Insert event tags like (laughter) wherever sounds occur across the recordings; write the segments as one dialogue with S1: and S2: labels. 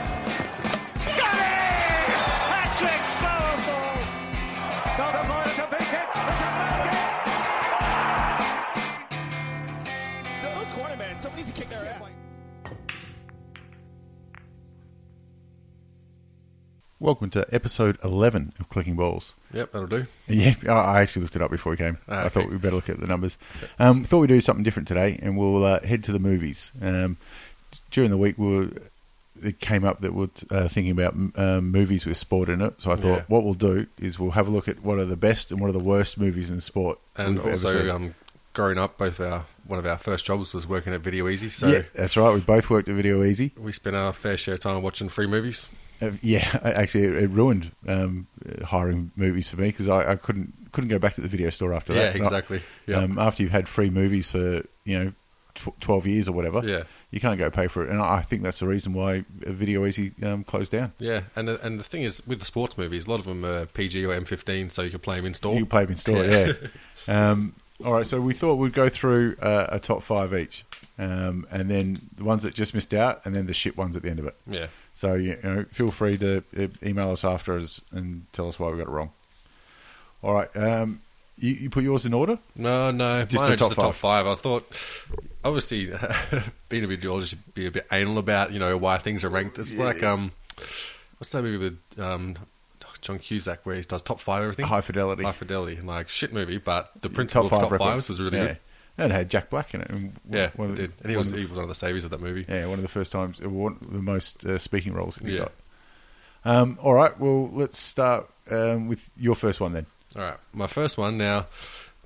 S1: Got it! Patrick Sorrowful! Sotomayor to make it!
S2: Those corner man, somebody needs to kick their ass.
S3: Welcome to episode 11 of Clicking Balls.
S4: Yep, that'll do.
S3: Yeah, (laughs) I I actually looked it up before we came.
S4: Ah,
S3: I thought
S4: okay.
S3: we better look at the numbers. Um, thought we'd do something different today, and we'll uh, head to the movies. Um, during the week, we were, it came up that we're uh, thinking about um, movies with sport in it. So I thought
S4: Yeah.
S3: what we'll do is we'll have a look at what are the best and what are the worst movies in sport.
S4: And
S3: we've ever
S4: also,
S3: seen.
S4: um, growing up, both our one of our first jobs was working at Video Easy, so
S3: yeah, that's right. We both worked at Video Easy.
S4: we spent our fair share of time watching free movies.
S3: Uh, yeah, (laughs) I- actually, it, it ruined um, hiring movies for me because I, I couldn't couldn't go back to the video store after
S4: Yeah,
S3: that. Not-
S4: exactly. Yeah.
S3: Um, after you've had free movies for you know tw- twelve years or whatever,
S4: Yeah.
S3: you can't go pay for it. And I I think that's the reason why Video Easy um, closed down.
S4: Yeah, and the, and the thing is, with the sports movies, a lot of them are PG or M15, so you can play them in store.
S3: You play them in store, yeah.
S4: (laughs)
S3: um, all right, so we thought we'd go through uh, a top five each, um, and then the ones that just missed out, and then the shit ones at the end of it.
S4: Yeah.
S3: So you know, feel free to uh, email us after us and tell us why we got it wrong. All right, um, you, you put yours in order.
S4: No, no,
S3: Just
S4: mine
S3: the
S4: are just
S3: top
S4: the top five. I thought, obviously, (laughs) being a videologist, you'd be a bit anal about you know why things are ranked. It's like um, what's that movie with um, John Cusack where he does top five everything?
S3: High Fidelity.
S4: High fidelity, and like shit movie, but the principle of top
S3: records.
S4: fives was really
S3: yeah.
S4: good.
S3: And it had Jack Black in it. And
S4: Yeah,
S3: one
S4: it
S3: of the-
S4: did. And he
S3: one
S4: was,
S3: of
S4: E-
S3: the-
S4: he was one of the saviors of that movie.
S3: Yeah, one of the first times, one of the most uh, speaking roles that he
S4: Yeah.
S3: got. Um, all right, well, let's start um, with your first one then.
S4: All right, my first one now.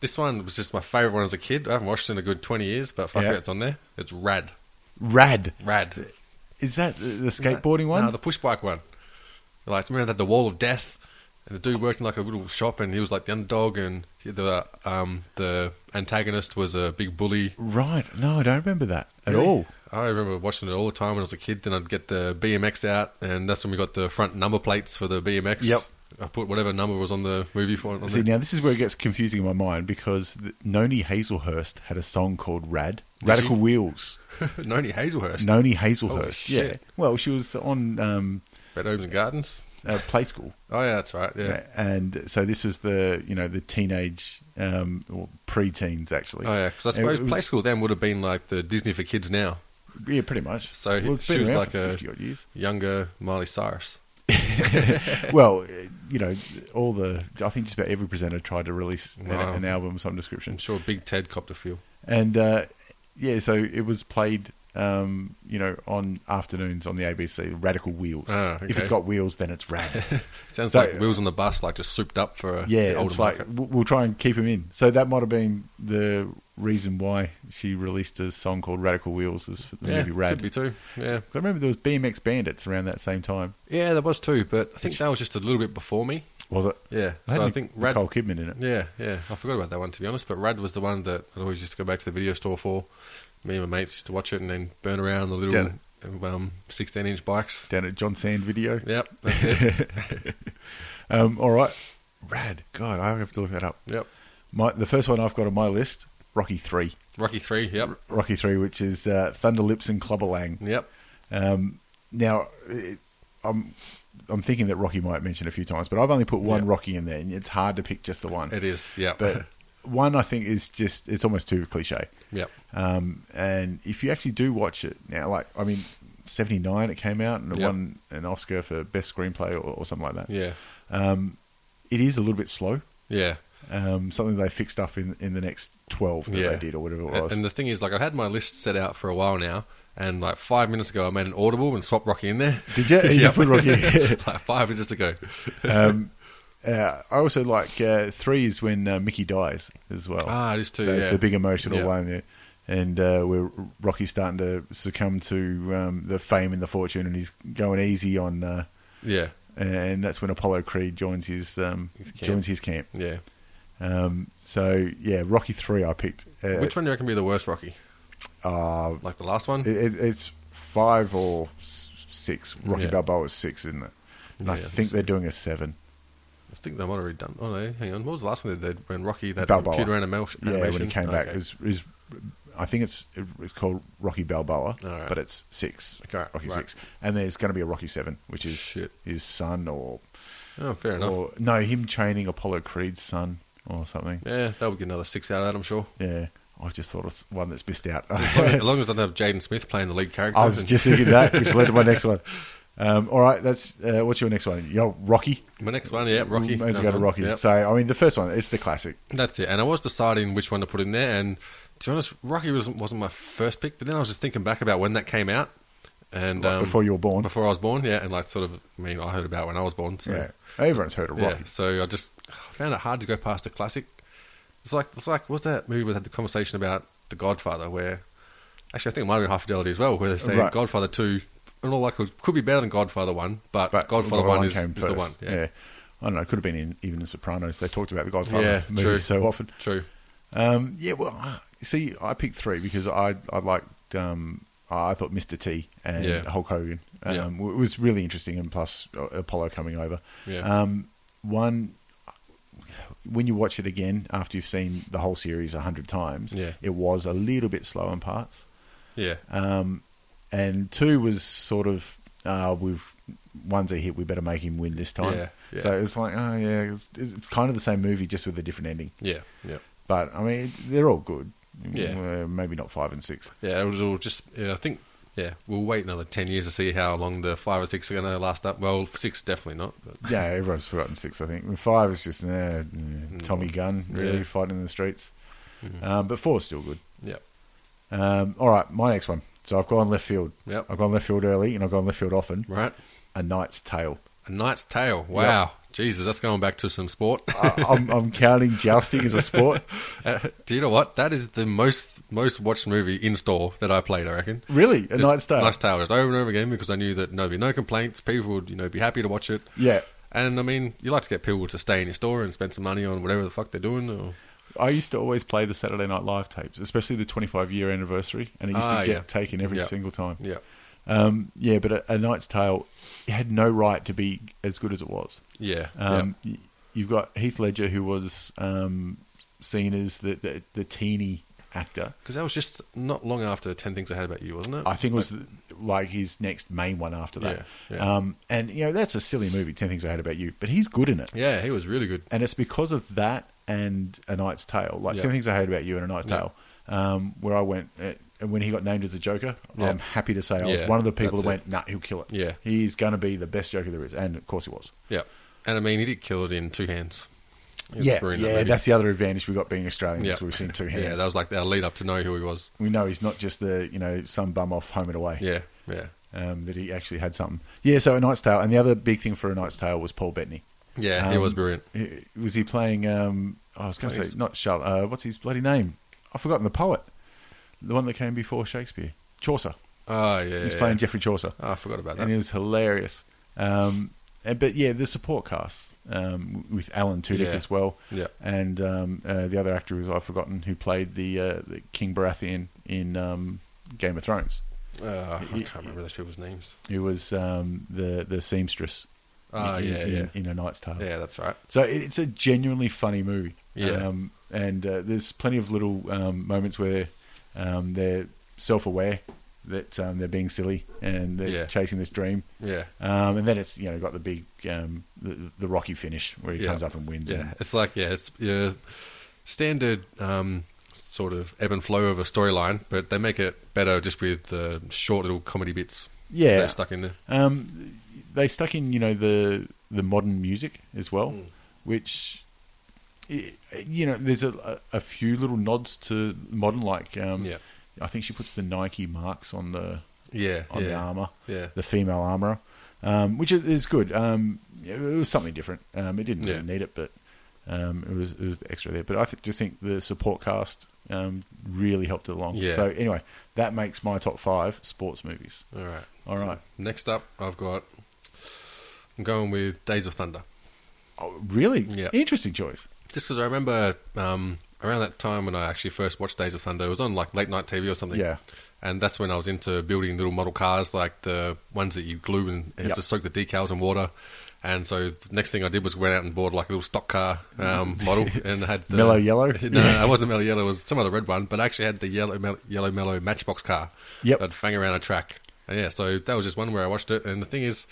S4: This one was just my favorite one as a kid. I haven't watched it in a good twenty years, but fuck
S3: Yeah.
S4: it, it's on there. It's rad,
S3: Rad.
S4: rad.
S3: Is that the, the skateboarding one?
S4: No, the push bike one. Like remember they had the wall of death, and the dude worked in like a little shop, and he was like the underdog, and he- the um the antagonist was a big bully.
S3: right. No, I don't remember that at all.
S4: I remember watching it all the time when I was a kid. Then I'd get the BMX out, and that's when we got the front number plates for the BMX.
S3: Yep.
S4: I put whatever number was on the movie for. On
S3: See,
S4: the,
S3: now this is where it gets confusing in my mind because th Noni Hazelhurst had a song called Rad,
S4: she?
S3: Radical Wheels.
S4: Noni Hazelhurst,
S3: Noni Hazelhurst.
S4: shit.
S3: yeah. Well, she was on um,
S4: Bed Homes and Gardens.
S3: uh, Play School.
S4: Oh yeah, that's right. Yeah.
S3: And so this was the you know the teenage um, or pre-teens actually.
S4: Oh yeah, because I
S3: It
S4: suppose
S3: was-
S4: Play School then would have been like the Disney for kids now.
S3: Yeah, pretty much.
S4: So
S3: Well, it's
S4: she
S3: been
S4: was
S3: around
S4: like
S3: for
S4: a
S3: 50 odd
S4: (laughs)
S3: years.
S4: younger Miley Cyrus.
S3: well, uh, you know, all the I think just about every presenter tried to release an-
S4: Wow.
S3: an, album of some
S4: I'm
S3: description,
S4: sure Big Ted copped a few.
S3: and uh, yeah, so it was played. Um, you know, on afternoons on the ABC, Radical Wheels.
S4: Ah, okay.
S3: If it's got wheels, then it's
S4: (laughs)
S3: rad.
S4: Sounds
S3: So-
S4: like Wheels on the Bus, like just souped up for a
S3: yeah,
S4: older
S3: it's like
S4: market.
S3: w- we'll try and keep him in. So that might have been the reason why she released a song called Radical Wheels is for the
S4: Yeah,
S3: movie Rad.
S4: could be too. Yeah,
S3: 'Cause I remember there was BMX Bandits around that same time.
S4: yeah, there was too, but I think that was just a little bit before me.
S3: Was it?
S4: Yeah,
S3: They had
S4: so I think Rad.
S3: Nicole Kidman in it.
S4: Yeah, yeah, I forgot about that one to be honest. But Rad was the one that I always used to go back to the video store for. Me and my mates used to watch it and then burn around the little
S3: Down
S4: um, 16 inch bikes.
S3: Down at John Sand Video.
S4: Yep, that's it.
S3: Um, all right, Rad. God, I have to look that up.
S4: yep,
S3: My, the first one I've got on my list, Rocky Three.
S4: Rocky Three. Yep,
S3: Rocky Three, which is uh, Thunder Lips and Clubber Lang.
S4: yep.
S3: Um, now, it, I'm I'm thinking that Rocky might mention a few times, but I've only put one
S4: Yeah.
S3: Rocky in there, and it's hard to pick just the one.
S4: It is. Yep, (laughs)
S3: but one I think is just it's almost too cliche.
S4: yep.
S3: Um, and if you actually do watch it now, like I mean, seventy nine it came out and it
S4: Yep.
S3: won an Oscar for best screenplay or, or something like that.
S4: Yeah,
S3: It is a little bit slow.
S4: yeah.
S3: Um, something they fixed up in in the next twelve that they did or whatever it
S4: And-
S3: was.
S4: And the thing is, like, I've had my list set out for a while now, and like five minutes ago, I made an (laughs) audible and swapped Rocky in there.
S3: did you? You
S4: Yeah.
S3: put Rocky.
S4: like five minutes ago.
S3: Uh, I also like uh, three is when uh, Mickey dies as well.
S4: Ah, it is too,
S3: So it's
S4: yeah.
S3: the big emotional
S4: Yeah.
S3: one, yeah. and uh, where Rocky's starting to succumb to um, the fame and the fortune, and he's going easy on. Uh,
S4: Yeah,
S3: and that's when Apollo Creed joins his, um,
S4: His camp.
S3: joins his camp.
S4: yeah.
S3: Um, so yeah, Rocky three I picked. Uh,
S4: Which one do you reckon be the worst Rocky? Uh, like the last one?
S3: It, it, it's five or s- six. Rocky
S4: Yeah.
S3: Balboa is six, isn't it? And I,
S4: Yeah, I
S3: think
S4: think
S3: they're doing a seven.
S4: I think they might have already done. Oh no, hang on. What was the last one they did when Rocky that
S3: Balboa.
S4: computer animation?
S3: Yeah, when he
S4: animation?
S3: came back,
S4: Okay.
S3: it was, it was- I think it's it's called Rocky Balboa,
S4: All right.
S3: but it's six.
S4: Okay,
S3: Rocky
S4: right.
S3: six, and there's going to be a Rocky seven, which is
S4: Shit.
S3: his son or
S4: oh, fair enough.
S3: or no, him training Apollo Creed's son or something.
S4: yeah, that would get another six out of that. I'm sure.
S3: Yeah, I just thought of s- one that's missed out. (laughs)
S4: As long as, as long as I don't have Jaden Smith playing the lead character.
S3: I was
S4: then-
S3: just thinking that, which led to my
S4: (laughs)
S3: next one. Um, all right, that's uh, what's your next one? Yo, Rocky.
S4: my next one. Yeah, Rocky.
S3: Mine's
S4: That's
S3: go to
S4: one.
S3: Rocky.
S4: Yep.
S3: So I mean, the first one, it's the classic.
S4: That's it. And I was deciding which one to put in there. And to be honest, Rocky wasn't, wasn't my first pick. But then I was just thinking back about when that came out. And
S3: Like,
S4: um,
S3: before you were born.
S4: Before I was born, yeah. And like sort of, I mean, I heard about when I was born. So
S3: Yeah, everyone's heard of
S4: Yeah,
S3: Rocky.
S4: so I just I found it hard to go past a classic. It's like it's like what's that movie we had the conversation about The Godfather, where actually I think it might have been High Fidelity as well, where they're saying
S3: Right.
S4: Godfather two, in all likelihood, could be better than Godfather one, but,
S3: But
S4: Godfather
S3: the
S4: one, is,
S3: came
S4: is the
S3: first.
S4: one. Yeah,
S3: I don't know. It could have been in, even in Sopranos. They talked about the Godfather
S4: Yeah,
S3: movie
S4: true.
S3: so often.
S4: true.
S3: Um, yeah, well, I- see, I picked three because I I liked um, I thought Mr. T and
S4: Yeah.
S3: Hulk Hogan. Um,
S4: Yeah.
S3: w- was really interesting, and plus uh, Apollo coming over.
S4: Yeah.
S3: Um, one when you watch it again after you've seen the whole series a hundred times,
S4: Yeah.
S3: it was a little bit slow in parts.
S4: Yeah,
S3: Um, and two was sort of uh, we've one's a hit, we better make him win this time.
S4: Yeah, yeah.
S3: So it's like oh yeah, it's, it's kind of the same movie just with a different ending.
S4: yeah, yeah,
S3: But I mean, they're all good.
S4: Yeah.
S3: Uh, maybe not five and six.
S4: yeah. It was all just. Yeah, I think. Yeah, we'll wait another ten years to see how long the five or six are going to last up. Well, six definitely not. But
S3: Yeah, everyone's forgotten six. I think And five is just nah, nah, Tommy Gunn really
S4: Mm. Yeah. Mm.
S3: fighting in the streets. Um, but four's still good.
S4: yeah,
S3: Um, all right, my next one. So I've gone left field.
S4: Yep.
S3: I've gone left field early, and I've gone left field often.
S4: right.
S3: A Knight's Tale.
S4: A Knight's Tale. Wow, Jesus, that's going back to some sport. (laughs)
S3: I, I'm, I'm counting jousting as a sport.
S4: Uh, do you know what? That is the most most watched movie in store that I played. I reckon.
S3: Really, A
S4: Just
S3: Knight's Tale.
S4: Knight's Tale, just over and over again because I knew that there'd be no complaints. People would you know be happy to watch it.
S3: Yeah.
S4: And I mean, you like to get people to stay in your store and spend some money on whatever the fuck they're doing. Or
S3: I used to always play the Saturday Night Live tapes, especially the 25 year anniversary, and it used
S4: Ah,
S3: to get
S4: yeah.
S3: taken every
S4: Yeah.
S3: single time.
S4: yeah,
S3: Um, yeah, but a, a Knight's Tale had no right to be as good as it was.
S4: yeah,
S3: Um, y- You've got Heath Ledger, who was um, seen as the, the the teeny actor.
S4: Because that was just not long after Ten Things I Had About You, wasn't it?
S3: I think it was the, like his next main one after that.
S4: Yeah, yeah.
S3: Um, and you know that's a silly movie, Ten Things I Had About You, but he's good in it,
S4: yeah, he was really good.
S3: and it's because of that and A Knight's Tale, like
S4: Yeah.
S3: Ten Things I Hate About You and A Knight's
S4: Yeah.
S3: Tale, um, where I went. Uh, and when he got named as the Joker,
S4: Yeah.
S3: I'm happy to say I was
S4: Yeah,
S3: one of the people that went,
S4: that's it.
S3: "Nah, he'll kill it.
S4: Yeah.
S3: he's going to be the best Joker there is," and of course he was.
S4: Yeah, and I mean, he did kill it in two hands. He was
S3: yeah,
S4: brilliant in that
S3: yeah,
S4: movie.
S3: that's the other advantage we got being Australians.
S4: Yeah.
S3: We've seen two hands.
S4: Yeah, that was like our lead up to know who he was.
S3: we know he's not just the you know some bum off home and away.
S4: Yeah, yeah,
S3: um, that he actually had something. Yeah, so a Knight's Tale, and the other big thing for a Knight's Tale was Paul Bettany.
S4: yeah. he
S3: Um,
S4: was brilliant.
S3: he- was he playing? Um, I was going to
S4: Please.
S3: say not Charlotte. Uh, what's his bloody name? I've forgotten the poet, the one that came before Shakespeare, Chaucer.
S4: Oh yeah,
S3: He's
S4: yeah.
S3: playing Geoffrey Chaucer,
S4: Oh, I forgot about that.
S3: and it was hilarious. Um, and- but yeah, the support cast um, with Alan Tudyk
S4: Yeah.
S3: as well,
S4: Yeah.
S3: and um, uh, the other actor who I've forgotten who played the, uh, the King Baratheon in um, Game of Thrones.
S4: Uh, I can't remember those people's names.
S3: who was um, the the seamstress.
S4: Ah,
S3: in,
S4: yeah,
S3: in,
S4: yeah.
S3: in a Knight's Tale.
S4: Yeah, that's right.
S3: So it, it's a genuinely funny movie.
S4: Yeah.
S3: Um, and uh, there's plenty of little um, moments where um, they're self aware that um, they're being silly and they're
S4: Yeah.
S3: chasing this dream.
S4: Yeah.
S3: Um, and then it's you know got the big um, the, the rocky finish where he
S4: yeah.
S3: comes up and wins.
S4: Yeah,
S3: and-
S4: it's like yeah, it's yeah, standard um, sort of ebb and flow of a storyline, but they make it better just with the short little comedy bits.
S3: Yeah.
S4: they're stuck in there.
S3: Um, they stuck in you know the the modern music as well,
S4: Hmm.
S3: which y- you know there's a, a few little nods to modern, like um,
S4: Yeah.
S3: I think she puts the Nike marks on the
S4: Yeah,
S3: on the
S4: yeah.
S3: armor,
S4: Yeah.
S3: the female armorer. um, which is, is good. Um, it was something different. Um, it didn't
S4: Yeah.
S3: really need it, but um, it was it was extra there. But I th- just think the support cast um, really helped it along.
S4: Yeah.
S3: So anyway, that makes my top five sports movies.
S4: All right.
S3: All right.
S4: Next up, I've got. I'm going with Days of Thunder.
S3: Oh, really?
S4: Yeah.
S3: Interesting choice.
S4: Just because I remember um, around that time when I actually first watched Days of Thunder, it was on like late night TV or something.
S3: Yeah.
S4: And that's when I was into building little model cars, like the ones that you glue and have
S3: Yep.
S4: to soak the decals in water. And so the next thing I did was went out and bought like a little stock car
S3: (laughs)
S4: um, model and had the
S3: Mellow yellow?
S4: No,
S3: (laughs)
S4: (laughs) no, it wasn't mellow yellow. It was some other red one, but I actually had the yellow mel- yellow mellow matchbox car.
S3: Yep.
S4: That fang around a track. And yeah, so that was just one where I watched it. And the thing is,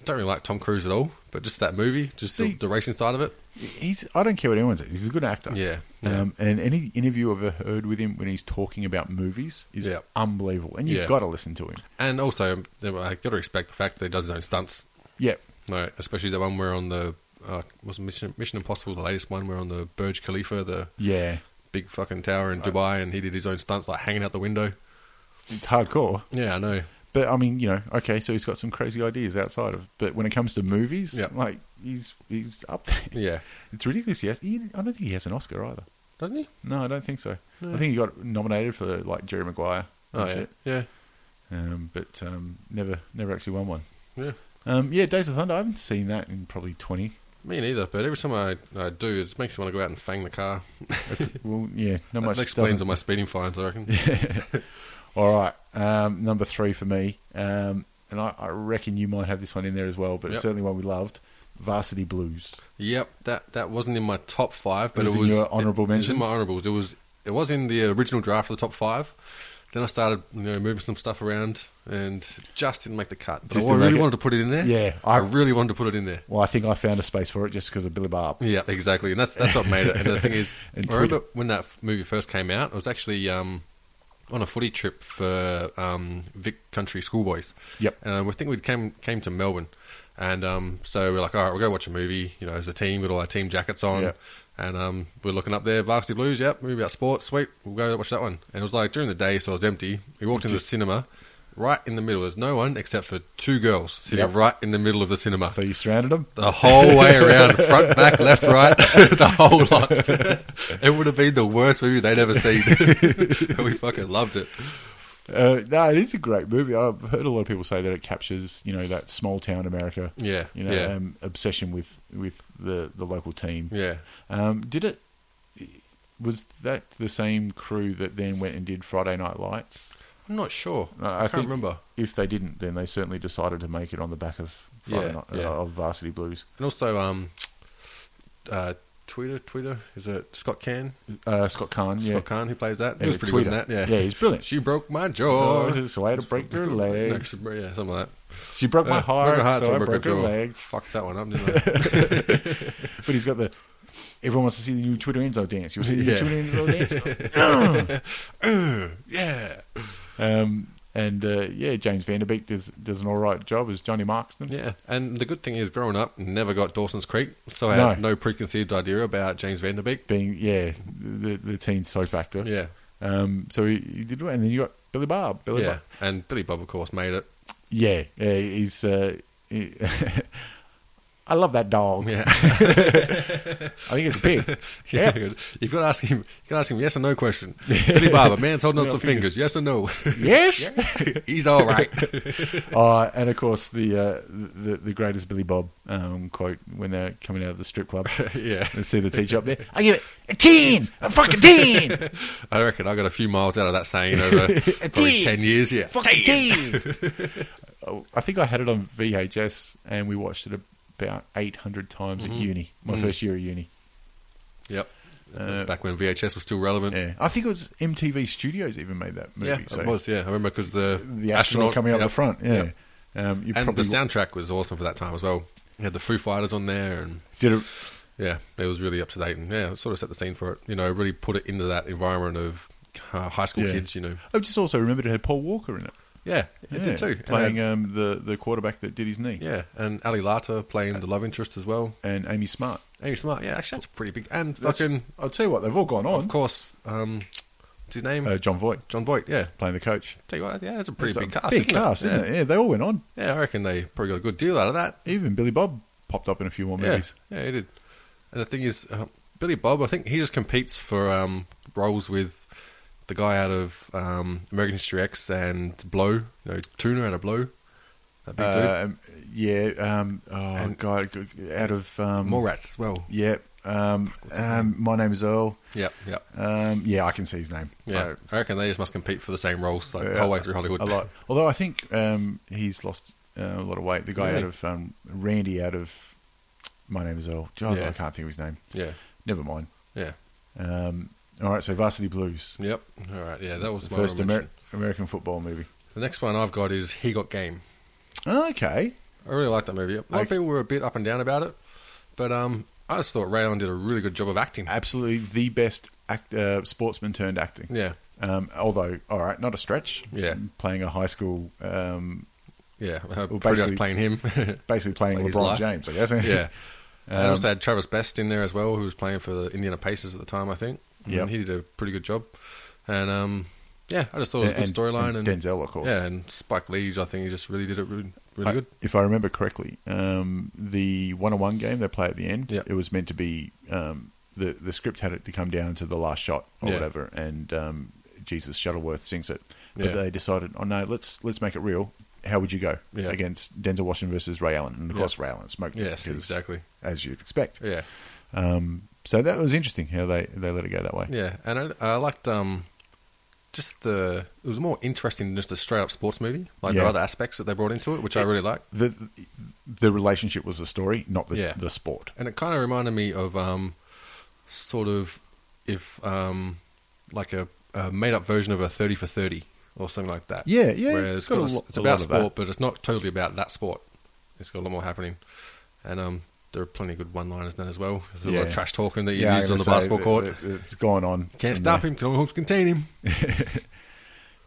S4: I don't really like Tom Cruise at all, but just that movie, just
S3: See-
S4: the, the racing side of it.
S3: He's I don't care what anyone says. He's a good actor.
S4: Yeah, yeah.
S3: Um, and any interview I've ever heard with him when he's talking about movies is
S4: Yeah.
S3: unbelievable. And you've
S4: Yeah.
S3: got to listen to him.
S4: And also, I got to respect the fact that he does his own stunts.
S3: Yeah.
S4: Right, especially the one where on the uh, was it Mission Mission Impossible, the latest one, where on the Burj Khalifa, the
S3: Yeah.
S4: big fucking tower in Dubai, and he did his own stunts, like hanging out the window.
S3: It's hardcore.
S4: Yeah, I know.
S3: But I mean, you know, okay, so he's got some crazy ideas outside of. But when it comes to movies,
S4: Yeah.
S3: like he's he's
S4: (laughs)
S3: up there.
S4: Yeah.
S3: it's ridiculous. Yes, he, I don't think he has an Oscar either.
S4: Doesn't he?
S3: No, I don't think so. I think he got nominated for like Jerry Maguire. and
S4: Oh yeah,
S3: shit,
S4: yeah,
S3: um, but um, never never actually won one.
S4: yeah.
S3: Um, yeah, Days of Thunder. I haven't seen that in probably twenty.
S4: Me neither. But every time I, I do, it just makes me want to go out and fang the car.
S3: Well, yeah, not much.
S4: that explains
S3: doesn't-
S4: all my speeding fines, I reckon.
S3: All right, um, number three for me, um, and I, I reckon you might have this one in there as well, but
S4: Yep.
S3: it's certainly one we loved. Varsity Blues.
S4: Yep, that that wasn't in my top five, but
S3: It was
S4: it was,
S3: in your honourable
S4: it- it was in
S3: mentions?
S4: my honourables. It was it was in the original draft for the top five. Then I started you know moving some stuff around and just didn't make the cut. But
S3: Just
S4: I
S3: didn't
S4: really
S3: make it.
S4: wanted to put it in there.
S3: Yeah,
S4: I,
S3: I-
S4: really wanted to put it in there.
S3: Well, I think I found a space for it just because of Billy Barb.
S4: Yeah, exactly, and that's that's what made it. And the thing is,
S3: (laughs)
S4: I
S3: And
S4: remember when that movie first came out, I was actually um, on a footy trip for um, Vic Country Schoolboys.
S3: Yep.
S4: and I think we came came to Melbourne, and um, so we're like, all right, we'll go watch a movie. You know, as a team, with all our team jackets on,
S3: Yep.
S4: and um, we're looking up there, Varsity Blues. Yep, movie about sports. Sweet, we'll go watch that one. And it was like during the day, so it was empty. We walked into the cinema. Right in the middle, there's no one except for two girls sitting
S3: Yep.
S4: right in the middle of the cinema
S3: So you surrounded them.
S4: the whole way (laughs) around, front, back, left, right, (laughs) the whole lot. it would have been the worst movie they'd ever seen. (laughs) we fucking loved it.
S3: Uh, no, it is a great movie. I've heard a lot of people say that it captures, you know, that small town America.
S4: Yeah,
S3: you know,
S4: yeah.
S3: Um, obsession with with the the local team.
S4: Yeah.
S3: Um, did it? Was that the same crew that then went and did Friday Night Lights?
S4: I'm not sure.
S3: Uh,
S4: I, can't
S3: think
S4: remember.
S3: If they didn't, then they certainly decided to make it on the back of Friday
S4: Yeah,
S3: Night,
S4: yeah.
S3: Uh, of Varsity Blues.
S4: And also, um, uh, Twitter, Twitter, is it Scott Can?
S3: Uh, Scott Kahn, yeah.
S4: Scott Kahn, who plays that?
S3: Yeah,
S4: he was pretty good in
S3: Tweeter.
S4: that, yeah.
S3: Yeah, he's brilliant.
S4: She broke my jaw.
S3: Oh, it's a way to break your
S4: No,
S3: legs.
S4: she- yeah, something like that.
S3: She broke my
S4: Uh,
S3: heart,
S4: her
S3: so I broke, her
S4: jaw.
S3: legs.
S4: Fuck that one up, didn't (laughs) I?
S3: (laughs) But he's got the. Everyone wants to see the new Twitter Enzo dance. You'll see the new
S4: Yeah.
S3: Twitter Enzo dance.
S4: (laughs)
S3: Uh,
S4: yeah.
S3: um, and uh, yeah, James Vanderbeek does does an all right job as Johnny Markston.
S4: Yeah, and the good thing is, growing up, never got Dawson's Creek, so I
S3: No.
S4: had no preconceived idea about James Vanderbeek.
S3: Being yeah, the the teen soap actor.
S4: Yeah,
S3: Um, so he, he did well, and then you got Billy Barb. Billy
S4: yeah,
S3: Barb.
S4: and Billy Bob, of course, made it. (laughs)
S3: Yeah, yeah, he's. Uh, he- (laughs) I love that dog.
S4: Yeah,
S3: I think it's a
S4: (laughs)
S3: pig. (laughs)
S4: yeah.
S3: yeah,
S4: You've got to ask him. You got to ask him yes or
S3: (laughs)
S4: no question. Billy Bob, a man's holding up
S3: No
S4: some fingers. Yes
S3: (laughs)
S4: or no? (laughs)
S3: yes.
S4: He's all
S3: (laughs)
S4: right.
S3: Uh, and of course, the, uh, the the greatest Billy Bob um, quote when they're coming out of the strip club.
S4: (laughs) Yeah.
S3: They see the teacher up
S4: (laughs)
S3: there. I give it a 10, a fucking (laughs) 10,
S4: I reckon I got a few miles out of that saying over
S3: (laughs)
S4: probably
S3: Tea.
S4: ten years. Yeah,
S3: fucking 10. (laughs) Oh, I think I had it on VHS and we watched it about 800 times
S4: Mm-hmm.
S3: at uni, my first year at uni.
S4: yep. That's back when VHS was still relevant.
S3: Uh, Yeah. I think it was MTV Studios even made that movie.
S4: Yeah,
S3: so
S4: it was. Yeah, I remember because the,
S3: The astronaut, coming out
S4: yep,
S3: the front. Yeah.
S4: yep.
S3: Um, you
S4: and the
S3: probably
S4: soundtrack was awesome for that time as well. You had the Foo Fighters on there, and
S3: did it.
S4: yeah, it was really up to date, and yeah, it sort of set the scene for it. You know, really put it into that environment of uh, high school
S3: Yeah.
S4: kids. You know,
S3: I just also remembered it had Paul Walker in it.
S4: yeah, it did too. And
S3: Playing uh,
S4: had-
S3: um, the, the quarterback that did his knee.
S4: yeah, and Ali Lata
S3: Uh,
S4: playing the love interest as well.
S3: and Amy Smart.
S4: Amy Smart, yeah, actually, that's pretty big. And
S3: That's,
S4: fucking,
S3: I'll tell you what, they've all gone on.
S4: of course, um, What's his name?
S3: Uh, John Voight
S4: John Voight. Yeah.
S3: playing the coach.
S4: Tell you what, yeah, that's a pretty
S3: It's a
S4: big cast.
S3: Big
S4: isn't
S3: cast,
S4: it?
S3: isn't
S4: yeah.
S3: it? Yeah, they all went on.
S4: Yeah, I reckon they probably got a good deal out of that.
S3: Even Billy Bob popped up in a few more
S4: Yeah,
S3: movies.
S4: yeah, he did. And the thing is, uh, Billy Bob, I think he just competes for um, roles with the guy out of um, American History X and Blow, you know, Tuna out of Blow, that big
S3: Uh, um, yeah, um, oh
S4: And-
S3: god, g- out of um,
S4: dude. Morats as well.
S3: Yeah, um, um, my name is Earl.
S4: Yep, yep.
S3: Um, yeah, I can see his name.
S4: Yeah,
S3: Uh,
S4: I reckon they just must compete for the same roles like
S3: Yeah,
S4: whole way through Hollywood.
S3: A lot. Although I think um, he's lost uh, a lot of weight. The guy
S4: Really?
S3: out of um, Randy out of My Name Is Earl. Giles,
S4: Yeah.
S3: I can't think of his name.
S4: Yeah,
S3: Never mind.
S4: yeah,
S3: Um, all right, so Varsity Blues,
S4: yep. All right, yeah, that was
S3: the
S4: my
S3: first
S4: first
S3: Amer- American football movie.
S4: The next one I've got is He Got Game.
S3: Oh, Okay,
S4: I really like that movie. A lot of
S3: Like-
S4: people were a bit up and down about it, but um, I just thought Ray Allen did a really good job of acting.
S3: absolutely the best act, uh, sportsman turned acting.
S4: Yeah,
S3: Um, although, all right, not a stretch.
S4: Yeah.
S3: playing a high school, um,
S4: yeah, pretty much
S3: basically-
S4: playing him. (laughs)
S3: basically playing
S4: Like his
S3: LeBron
S4: life.
S3: James, I guess. (laughs)
S4: yeah. and
S3: Um,
S4: also had Travis Best in there as well, who was playing for the Indiana Pacers at the time, I think. And
S3: Yep.
S4: he did a pretty good job. And um, yeah, I just thought it was a good
S3: And-
S4: storyline. And,
S3: and Denzel, of course.
S4: Yeah, and Spike Lee, I think he just really did it really, really
S3: I-
S4: good.
S3: If I remember correctly, um, the one-on-one game they play at the end,
S4: Yeah.
S3: it was meant to be um, the the script had it to come down to the last shot or
S4: Yeah.
S3: whatever, and um, Jesus Shuttleworth sings it. But
S4: Yeah.
S3: they decided, oh no, let's let's make it real. How would you go
S4: Yeah.
S3: against Denzel Washington versus Ray Allen? And of
S4: Yeah.
S3: course, Ray Allen smoked it
S4: Yes,
S3: 'cause-
S4: exactly.
S3: as you'd expect.
S4: Yeah,
S3: Um, so that was interesting how they, they let it go that way.
S4: yeah. And I, I liked um, just the. It was more interesting than just a straight up sports movie. Like there
S3: Yeah.
S4: were other aspects that they brought into it, which I really liked.
S3: The the relationship was the story, not the
S4: Yeah.
S3: the sport.
S4: And it kind of reminded me of um, sort of if um, like a, a made up version of a 30 for 30 or something like that.
S3: Yeah, yeah,
S4: Where
S3: it's
S4: it's,
S3: got
S4: got
S3: a
S4: a-
S3: lo-
S4: it's
S3: a
S4: about
S3: lot of that.
S4: sport, but it's not totally about that sport. It's got a lot more happening. And um, there are plenty of good one liners in that as well. There's a lot of
S3: Yeah.
S4: trash talking that you
S3: Yeah, I'm
S4: used on
S3: gonna
S4: the
S3: say
S4: basketball
S3: that-
S4: court.
S3: that- It's gone on.
S4: Can't
S3: And
S4: stop
S3: they-
S4: him, can only hope to contain him.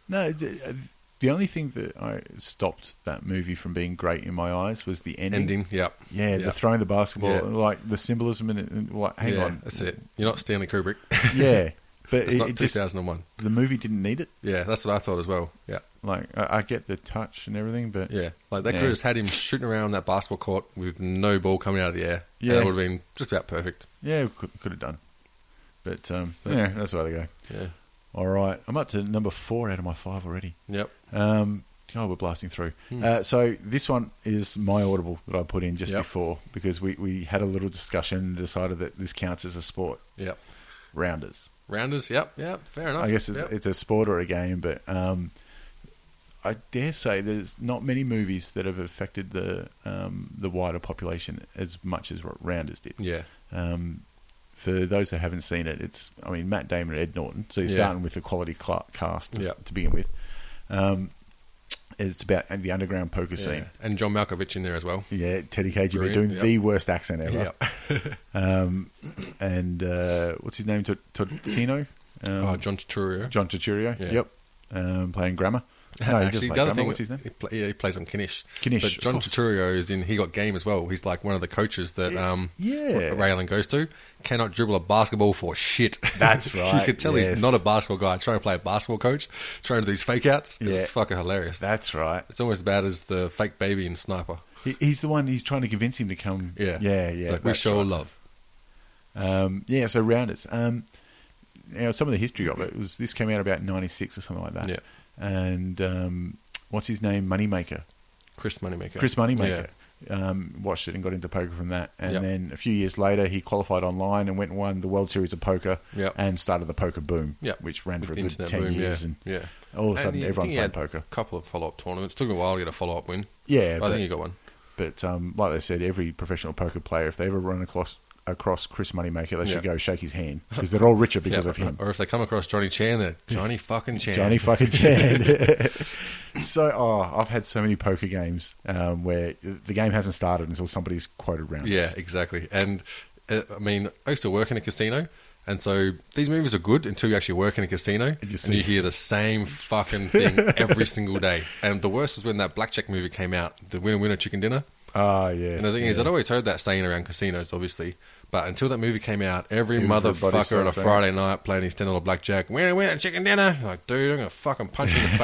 S3: No, it's, uh, the only thing that I stopped that movie from being great in my eyes was the ending.
S4: Ending, yep.
S3: Yeah, the
S4: Yep.
S3: throwing the basketball,
S4: Yeah.
S3: like the symbolism, and, it- and like, hang
S4: yeah,
S3: on,
S4: That's it. You're not Stanley Kubrick.
S3: (laughs) Yeah, but
S4: it's
S3: it,
S4: not
S3: it just
S4: 2001.
S3: the movie didn't need it.
S4: Yeah, that's what I thought as well. Yeah.
S3: Like I, I get the touch and everything, but
S4: Yeah, like they
S3: Yeah.
S4: could have just had him shooting around that basketball court with no ball coming out of the air. Yeah,
S3: Yeah.
S4: it would have been just about perfect.
S3: yeah, could, could have done. But um,
S4: Yeah.
S3: yeah. that's why they go.
S4: Yeah,
S3: All right, I'm up to number four out of my five already.
S4: yep,
S3: Um, oh, we're blasting through. Uh, so this one is my audible that I put in just
S4: Hmm. Yep.
S3: before because we, we had a little discussion and decided that this counts as a sport.
S4: yep.
S3: Rounders.
S4: Rounders, yep, yep. Fair enough.
S3: I guess it's,
S4: Yep.
S3: it's a sport or a game, but um, I dare say there's not many movies that have affected the um, the wider population as much as what Rounders did.
S4: yeah,
S3: Um, for those that haven't seen it, it's I mean Matt Damon and Ed Norton, so you're
S4: Yeah.
S3: starting with a quality cla cast
S4: Yeah.
S3: to begin with. Um, it's about the underground poker
S4: yeah.
S3: scene.
S4: And John Malkovich in there as well.
S3: Yeah, Teddy KGB
S4: Brilliant,
S3: doing
S4: yeah.
S3: the worst accent ever. (laughs)
S4: Yep.
S3: Um, and uh, what's his name? Tot- Totino. Um,
S4: oh, John Turturro.
S3: John Turturro.
S4: Yeah.
S3: Yep. Um, playing grammar.
S4: (laughs)
S3: No, he doesn't
S4: Actually,
S3: play
S4: the other
S3: grammar.
S4: thing,
S3: What's his name?
S4: He, play, yeah, he plays on Kinish.
S3: Knish,
S4: but
S3: of
S4: John
S3: course.
S4: Turturro is in. He got game as well. He's like one of the coaches that um,
S3: Yeah.
S4: Ray Allen goes to. Cannot dribble a basketball for shit.
S3: That's
S4: (laughs) you
S3: right,
S4: could tell
S3: yes.
S4: he's not a basketball guy. Trying to play a basketball coach, trying to do these fake outs. It's
S3: Yeah.
S4: fucking hilarious.
S3: That's right.
S4: It's almost as bad as the fake baby in Sniper.
S3: He, he's the one. He's trying to convince him to come.
S4: Yeah,
S3: yeah,
S4: It's
S3: yeah.
S4: like, we
S3: that's
S4: show
S3: right.
S4: love.
S3: Um, yeah, so rounders. Um, now, some of the history of it was this came out about '96 or something like that.
S4: Yeah.
S3: And um, what's his name? Moneymaker,
S4: Chris Moneymaker.
S3: Chris
S4: Yeah.
S3: Moneymaker. Um, watched it and got into poker from that, and
S4: Yeah.
S3: then a few years later, he qualified online and went and won the World Series of Poker,
S4: Yeah.
S3: and started the poker boom,
S4: Yeah.
S3: which ran
S4: With
S3: for a
S4: the
S3: good
S4: internet
S3: ten
S4: boom,
S3: years,
S4: yeah.
S3: and
S4: Yeah.
S3: all of a sudden,
S4: he- I think
S3: everyone's
S4: he
S3: playing
S4: had
S3: poker.
S4: A couple of follow up tournaments. Took him a while to get a follow up win.
S3: Yeah,
S4: But I
S3: but-
S4: think he got one.
S3: But um, like they said, every professional poker player, if they ever run across across Chris Moneymaker, they should
S4: Yeah.
S3: go shake his hand because they're all
S4: (laughs)
S3: richer because
S4: Yeah,
S3: of him.
S4: Or if they come across Johnny Chan, then Johnny fucking Chan.
S3: Johnny fucking
S4: (laughs)
S3: Chan. (laughs) so, oh, I've had so many poker games um, where the game hasn't started until somebody's quoted round.
S4: Yeah, exactly. And uh, I mean, I used to work in a casino, and so these movies are good until you actually work in a casino
S3: And you
S4: and
S3: see-
S4: you hear
S3: (laughs)
S4: the same fucking thing every single day. And the worst is when that blackjack movie came out, the winner winner chicken dinner.
S3: Oh, yeah.
S4: And the thing is, I'd always heard that saying around casinos, obviously, But until that movie came out, every
S3: Everybody
S4: motherfucker on a
S3: starts saying-
S4: Friday night playing his ten dollar blackjack, winner, winner, chicken dinner. Like, dude, I'm gonna fucking punch you in the
S3: (laughs)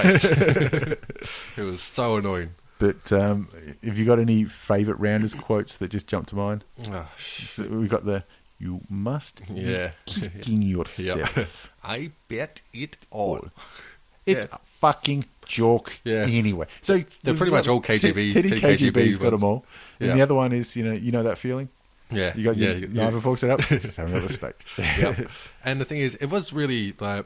S4: face. (laughs) it was so annoying.
S3: But um, have you got any favourite rounders quotes that just jump to mind?
S4: Oh, sh-
S3: So we've got the "You must
S4: Yeah. (laughs)
S3: be kicking yourself."
S4: yeah. (laughs) I bet it all.
S3: It's
S4: Yeah.
S3: a fucking joke
S4: Yeah.
S3: anyway. So
S4: They're
S3: there's
S4: pretty much
S3: like-
S4: all KGB
S3: Teddy
S4: KGB
S3: KGB's got
S4: ones.
S3: them all, and
S4: Yeah.
S3: the other one is you know you know that feeling.
S4: Yeah,
S3: You got
S4: yeah,
S3: your
S4: you-
S3: knife
S4: you-
S3: and fork set up. Just have another steak.
S4: (laughs) yeah. And the thing is, it was really like,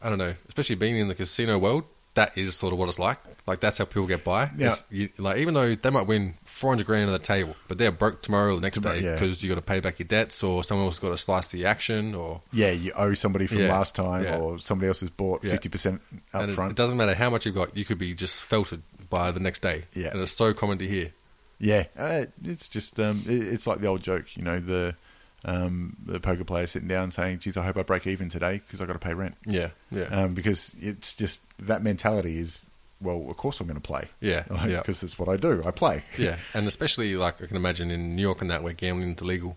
S4: I don't know, especially being in the casino world, that is sort of what it's like. Like, that's how people get by.
S3: Yeah.
S4: It's- you- like, even though they might win 400 grand on the table, but they're broke tomorrow or the next
S3: Tomorrow,
S4: day
S3: yeah.
S4: because you got to pay back your debts or someone else got to slice the action or.
S3: Yeah, you owe somebody from
S4: Yeah.
S3: last time,
S4: Yeah.
S3: or somebody else has bought
S4: Yeah.
S3: fifty percent up
S4: and it- It,
S3: front.
S4: doesn't matter how much you've got, you could be just felted by the next day.
S3: Yeah.
S4: And it's so common to hear.
S3: Yeah, uh, it's just um, it, it's like the old joke, you know, the um, the poker player sitting down saying, "Geez, I hope I break even today because I got to pay rent."
S4: Yeah, yeah.
S3: um, because it's just that mentality is well, of course I'm going to play. (laughs)
S4: Yeah, yeah.
S3: because that's what I do. I play. (laughs)
S4: yeah, and especially like I can imagine in New York and that where gambling is illegal,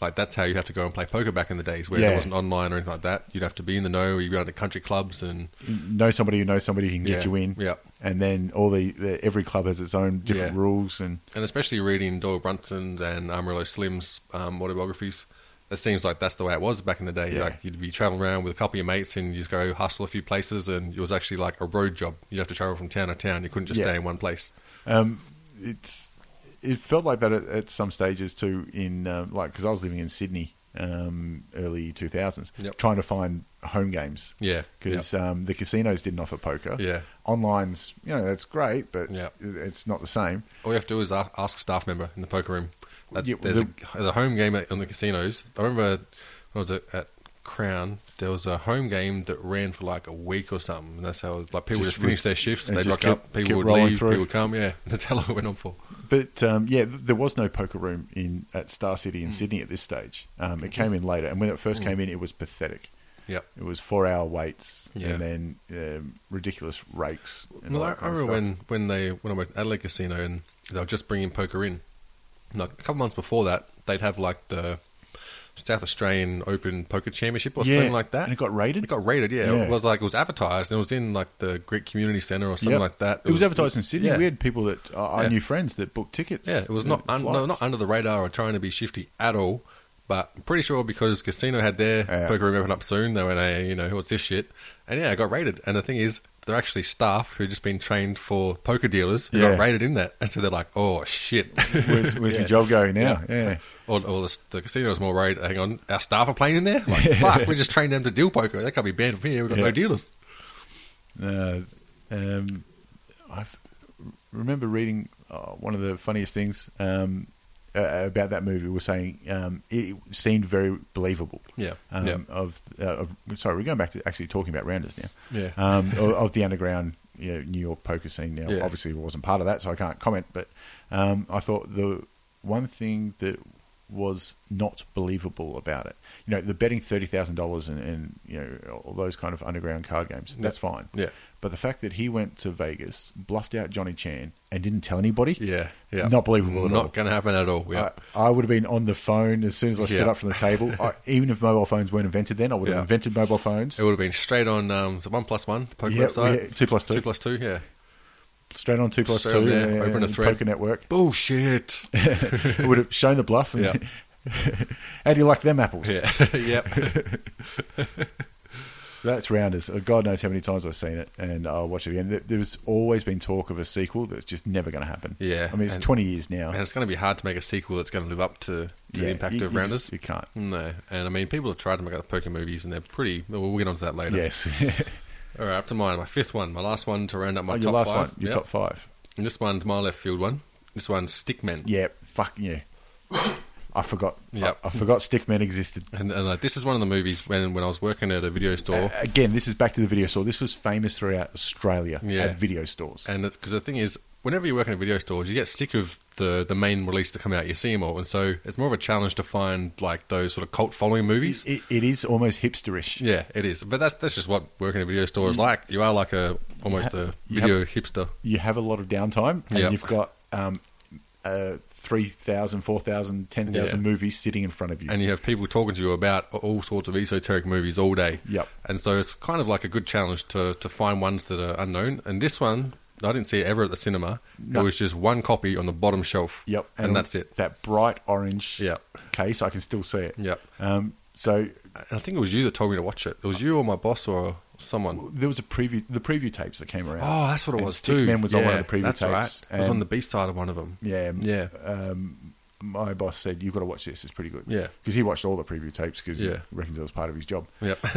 S4: like that's how you have to go and play poker back in the days where
S3: Yeah.
S4: there wasn't online or anything like that. You'd have to be in the know, or you'd go to country clubs and
S3: know somebody who knows somebody who can get
S4: Yeah,
S3: you in.
S4: yeah.
S3: and then all the, the every club has its own different
S4: Yeah.
S3: rules and
S4: and especially reading Doyle Brunson's and Amarillo Slim's um, autobiographies. It seems like that's the way it was back in the day.
S3: Yeah.
S4: Like you'd be traveling around with a couple of your mates and you just go hustle a few places, and it was actually like a road job. You'd have to travel from town to town. You couldn't just
S3: Yeah.
S4: stay in one place.
S3: it's it felt like that at, at some stages too in um, like because I was living in Sydney um, early two thousands
S4: Yep.
S3: trying to find home games
S4: Yeah,
S3: because um, the casinos didn't offer poker
S4: Yeah.
S3: online's you know that's great but
S4: Yep.
S3: it- it's not the same
S4: All you have to do is a- ask a staff member in the poker room. That's,
S3: Yeah,
S4: there's
S3: the-
S4: a, the home game at, on the casinos. I remember when I was at, at Crown, there was a home game that ran for like a week or something. And that's how like people
S3: Just
S4: just, finished
S3: with-
S4: their shifts,
S3: and
S4: they'd
S3: just
S4: rock
S3: kept-
S4: up,
S3: kept
S4: people would
S3: rolling
S4: leave,
S3: through.
S4: people would come. Yeah, (laughs) that's how long it went on for.
S3: But um, yeah, th- there was no poker room in at Star City
S4: Hmm.
S3: in Sydney at this stage. Um, it came in later, and when it first came in, it was pathetic.
S4: Yep.
S3: It was four-hour waits,
S4: Yeah.
S3: and then um, ridiculous rakes. And
S4: Well,
S3: all
S4: I,
S3: that
S4: I
S3: kind of
S4: remember
S3: stuff.
S4: when, when they when I worked at Adelaide Casino and they were just bringing poker in. Like a couple months before that, they'd have like the South Australian Open Poker Championship or
S3: Yeah,
S4: something like that.
S3: and it got raided?
S4: It got raided. Yeah,
S3: Yeah.
S4: it was like it was advertised and it was in like the Greek Community Centre or something
S3: Yep.
S4: like that.
S3: It, was, advertised in Sydney.
S4: Yeah,
S3: We had people that I I
S4: Yeah.
S3: knew friends that booked tickets.
S4: yeah, it was
S3: uh,
S4: not un, no,
S3: flights.
S4: not under the radar or trying to be shifty at all. But I'm pretty sure because Casino had their
S3: Yeah.
S4: poker room open up soon, they went, hey, you know, what's this shit? And yeah, it got raided. And the thing is, they're actually staff who've just been trained for poker dealers who
S3: Yeah.
S4: got raided in that. And so they're like, oh, shit.
S3: (laughs) Where's, where's
S4: (laughs)
S3: my job going now? Yeah.
S4: or or the, the casino was more worried, hang on, our staff are playing in there? Like, fuck, we just trained them to deal poker. They can't be banned from here. We've got
S3: Yeah.
S4: no dealers.
S3: Uh, um, I remember reading uh, one of the funniest things um, uh, about that movie was saying um, it seemed very believable.
S4: Yeah,
S3: Um,
S4: yeah.
S3: Of, uh, of sorry, we're going back to actually talking about rounders now.
S4: Yeah.
S3: Um, of, of the underground you know, New York poker scene. Now,
S4: Yeah.
S3: obviously, I wasn't part of that, so I can't comment. But um, I thought the one thing that was not believable about it, you know, the betting thirty thousand dollars and and you know all those kind of underground card games. That's fine.
S4: Yeah.
S3: But the fact that he went to Vegas, bluffed out Johnny Chan, and didn't tell anybody,
S4: Yeah, yeah.
S3: not believable at
S4: Not
S3: all.
S4: going to happen at all. Yeah.
S3: I, I would have been on the phone as soon as I stood
S4: Yeah.
S3: up from the table. I, even if mobile phones weren't invented then, I would have
S4: Yeah.
S3: invented mobile phones.
S4: It would have been straight on um, is it one plus one the poker
S3: Yeah,
S4: website.
S3: yeah, two plus two.
S4: Two plus two. Yeah.
S3: Straight on two plus
S4: Straight
S3: two,
S4: on there,
S3: and-
S4: open a
S3: and
S4: thread.
S3: poker network.
S4: Bullshit.
S3: I would have shown the bluff. And (laughs) How do you like them apples? (laughs)
S4: yeah. (laughs) yep.
S3: So that's rounders. Uh, God knows how many times I've seen it, and I'll watch it again. There- There's always been talk of a sequel that's just never going to happen.
S4: Yeah.
S3: I mean it's
S4: And-
S3: 20 years now.
S4: And it's going to be hard to make a sequel that's going to live up to, to
S3: Yeah,
S4: the impact
S3: you-
S4: of
S3: you
S4: Rounders.
S3: just- you can't.
S4: No. And I mean, people have tried to make other poker movies, and they're pretty. Well, we'll get onto that later.
S3: Yes, (laughs)
S4: All right, up to mine. My fifth one. My last one to round up my
S3: Oh,
S4: top
S3: your last
S4: five.
S3: one, your
S4: Yep.
S3: top five.
S4: And this one's my left field one. This one's Stickman.
S3: Yeah, fuck (coughs) yeah. I forgot.
S4: Yep.
S3: I, I forgot Stickman existed.
S4: And, and like, this is one of the movies when when I was working at a video store.
S3: Again, this is back to the video store. This was famous throughout Australia
S4: Yeah.
S3: at video stores.
S4: And because the thing is, whenever you work in a video stores, you get sick of the the main release to come out. You see them all, and so it's more of a challenge to find like those sort of cult following movies.
S3: It, it is almost hipsterish.
S4: yeah, it is, but that's that's just what working in a video store
S3: Mm.
S4: is like. You are like a almost a
S3: you
S4: video hipster.
S3: You have a lot of downtime, and
S4: Yep.
S3: you've got um, uh, 3,000, 4,000, 10,000
S4: Yeah.
S3: movies sitting in front of you.
S4: and you have people talking to you about all sorts of esoteric movies all day.
S3: Yep.
S4: And so it's kind of like a good challenge to, to find ones that are unknown. And this one, I didn't see it ever at the cinema.
S3: No.
S4: It was just one copy on the bottom shelf.
S3: Yep,
S4: And, that's it.
S3: That bright orange
S4: Yep.
S3: case, I can still see it.
S4: Yep.
S3: Um, so
S4: And I think it was you that told me to watch it. It was you or my boss or someone.
S3: there was a preview, the preview tapes that came around.
S4: Oh, that's what it
S3: And
S4: was too.
S3: Stickman was on one
S4: Yeah,
S3: of the preview
S4: that's
S3: tapes.
S4: Right. It was
S3: and
S4: on the B side of one of them.
S3: Yeah,
S4: Yeah.
S3: Um, my boss said you've got to watch this. It's pretty good.
S4: Yeah.
S3: because he watched all the preview tapes because he
S4: Yeah.
S3: reckons it was part of his job.
S4: Yep.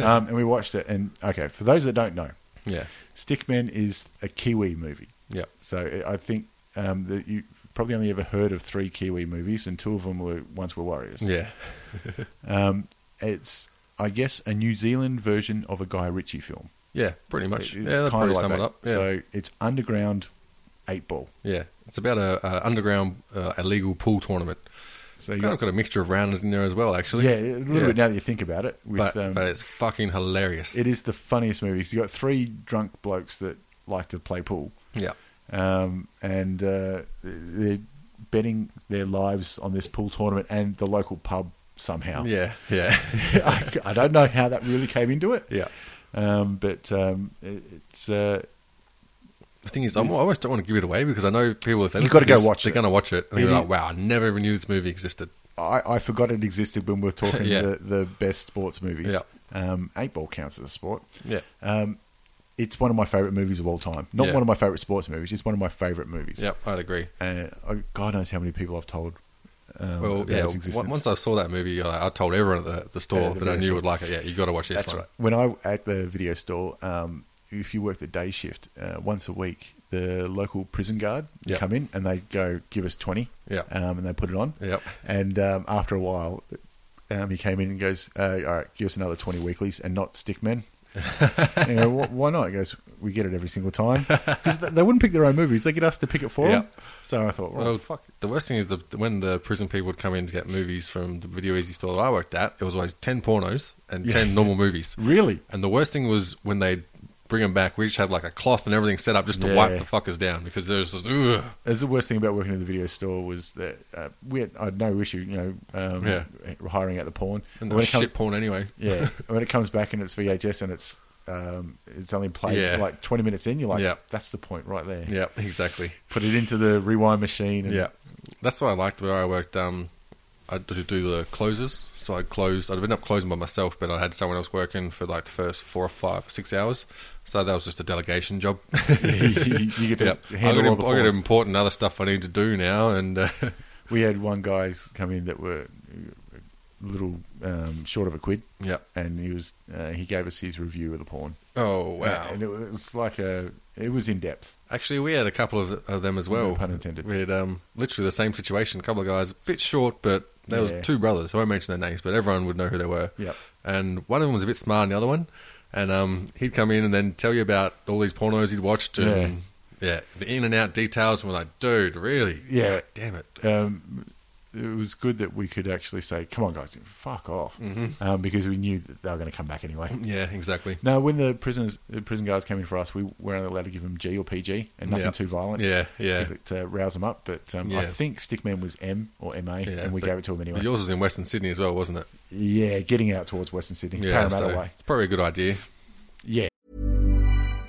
S3: (laughs) um, and we watched it. And okay, for those that don't know,
S4: Yeah.
S3: Stickman is a Kiwi movie.
S4: Yep.
S3: So I- I think um, that you probably only ever heard of three Kiwi movies, and two of them were once were Warriors. Um,
S4: Yeah.
S3: It's I guess a New Zealand version of a Guy Ritchie film.
S4: Yeah. Pretty much.
S3: It-
S4: yeah.
S3: it's
S4: That
S3: kinda
S4: probably sum it
S3: that.
S4: up. Yeah.
S3: So it's underground eight ball.
S4: yeah. It's about a, a underground uh, illegal pool tournament.
S3: So
S4: Kind of got a mixture of rounders in there as well, actually.
S3: yeah, a little
S4: Yeah.
S3: bit now that you think about it. With,
S4: but,
S3: um,
S4: but it's fucking hilarious.
S3: it is the funniest movie because you got three drunk blokes that like to play pool,
S4: Yeah.
S3: um, and uh, they're betting their lives on this pool tournament and the local pub somehow.
S4: Yeah. Yeah.
S3: (laughs)
S4: (laughs)
S3: I, I don't know how that really came into it.
S4: yeah.
S3: um, but um, it, it's uh,
S4: The thing is, I'm, I almost don't want to give it away because I know people, if they
S3: You
S4: listen
S3: gotta go
S4: this,
S3: watch
S4: they're
S3: it.
S4: going to watch it. And
S3: It
S4: they're
S3: is-
S4: like, wow, I never even knew this movie existed.
S3: I, I forgot it existed when we were talking
S4: (laughs) Yeah.
S3: the, the best sports movies.
S4: Yeah.
S3: Um, eight ball counts as a sport.
S4: Yeah.
S3: Um, it's one of my favorite movies of all time. Not
S4: Yeah.
S3: one of my favorite sports movies. It's one of my favorite movies.
S4: Yep, I'd agree.
S3: Uh, I- God knows how many people I've told. Um,
S4: Well,
S3: about
S4: yeah.
S3: its
S4: on-
S3: existence.
S4: Once I saw that movie, I, I told everyone at the, the store
S3: Yeah, the
S4: that I
S3: video
S4: knew
S3: store.
S4: would like it. Yeah, you got to watch this
S3: That's
S4: one.
S3: right. When I at the video store, um, if you work the day shift uh, once a week, the local prison guard
S4: Yep.
S3: come in and they go give us twenty.
S4: Yep.
S3: Um, and they put it on.
S4: Yep.
S3: And um, after a while, um, he came in and goes, uh, "All right, give us another twenty weeklies and not stick
S4: (laughs)
S3: men." and I go, "Wh- why not? He goes, "We get it every single time because they wouldn't pick their own movies; they get us to pick it for them."
S4: Yep.
S3: So I thought, well,
S4: Well, fuck. The worst thing is the, when the prison people would come in to get movies from the Video Easy store that I worked at, it was always 10 pornos and
S3: (laughs)
S4: 10 normal movies.
S3: really?
S4: And the worst thing was when they'd bring them back, we each had like a cloth and everything set up just to
S3: Yeah.
S4: wipe the fuckers down because there's this, ugh.
S3: That's the worst thing about working in the video store was that uh, we had I had no issue, you know, um,
S4: Yeah.
S3: hiring out the porn.
S4: And
S3: But
S4: there
S3: when
S4: was
S3: it comes,
S4: shit porn anyway.
S3: yeah,
S4: (laughs)
S3: when it comes back and it's VHS and it's um, it's only played
S4: Yeah.
S3: like twenty minutes in, you're like,
S4: Yep.
S3: that's the point right there.
S4: Yeah, exactly.
S3: Put it into the rewind machine. And
S4: Yeah, that's what I liked where I worked. Um, I would do the closes, so I closed. I'd end up closing by myself, but I had someone else working for like the first four or five, six hours. So that was just a delegation job.
S3: (laughs) (laughs) you get to
S4: Yep. I got,
S3: handle all
S4: imp-
S3: the
S4: I got
S3: porn.
S4: important other stuff I need to do now, and uh, (laughs)
S3: We had one guy come in that were a little um, short of a quid.
S4: Yep.
S3: and he was uh, he gave us his review of the porn.
S4: oh wow.
S3: and it was like a it was in depth.
S4: Actually, we had a couple of, of them as well.
S3: No pun intended.
S4: We had um, literally the same situation. A couple of guys, a bit short, but there
S3: Yeah.
S4: was two brothers. I won't mention their names, but everyone would know who they were.
S3: Yep.
S4: And one of them was a bit smart, and the other one, and um, he'd come in and then tell you about all these pornos he'd watched and yeah, the in and out details. And we're like, dude, really?
S3: Yeah.
S4: God damn it.
S3: um, it was good that we could actually say, "Come on, guys, fuck off,"
S4: Mm-hmm.
S3: um, because we knew that they were going to come back anyway.
S4: Yeah, exactly.
S3: No, when the prisoners, the prison guards came in for us, we were only allowed to give them G or PG and nothing
S4: Yeah.
S3: too violent.
S4: Yeah, yeah.
S3: 'cause it uh, roused them up. But um, I
S4: Yeah.
S3: think Stickman was M or MA,
S4: Yeah,
S3: and we
S4: but-
S3: gave it to him anyway.
S4: but Yours was in Western Sydney as well, wasn't it?
S3: Yeah, getting out towards Western Sydney,
S4: Yeah,
S3: Parramatta
S4: so
S3: way.
S4: it's probably a good idea.
S3: Yeah, (laughs)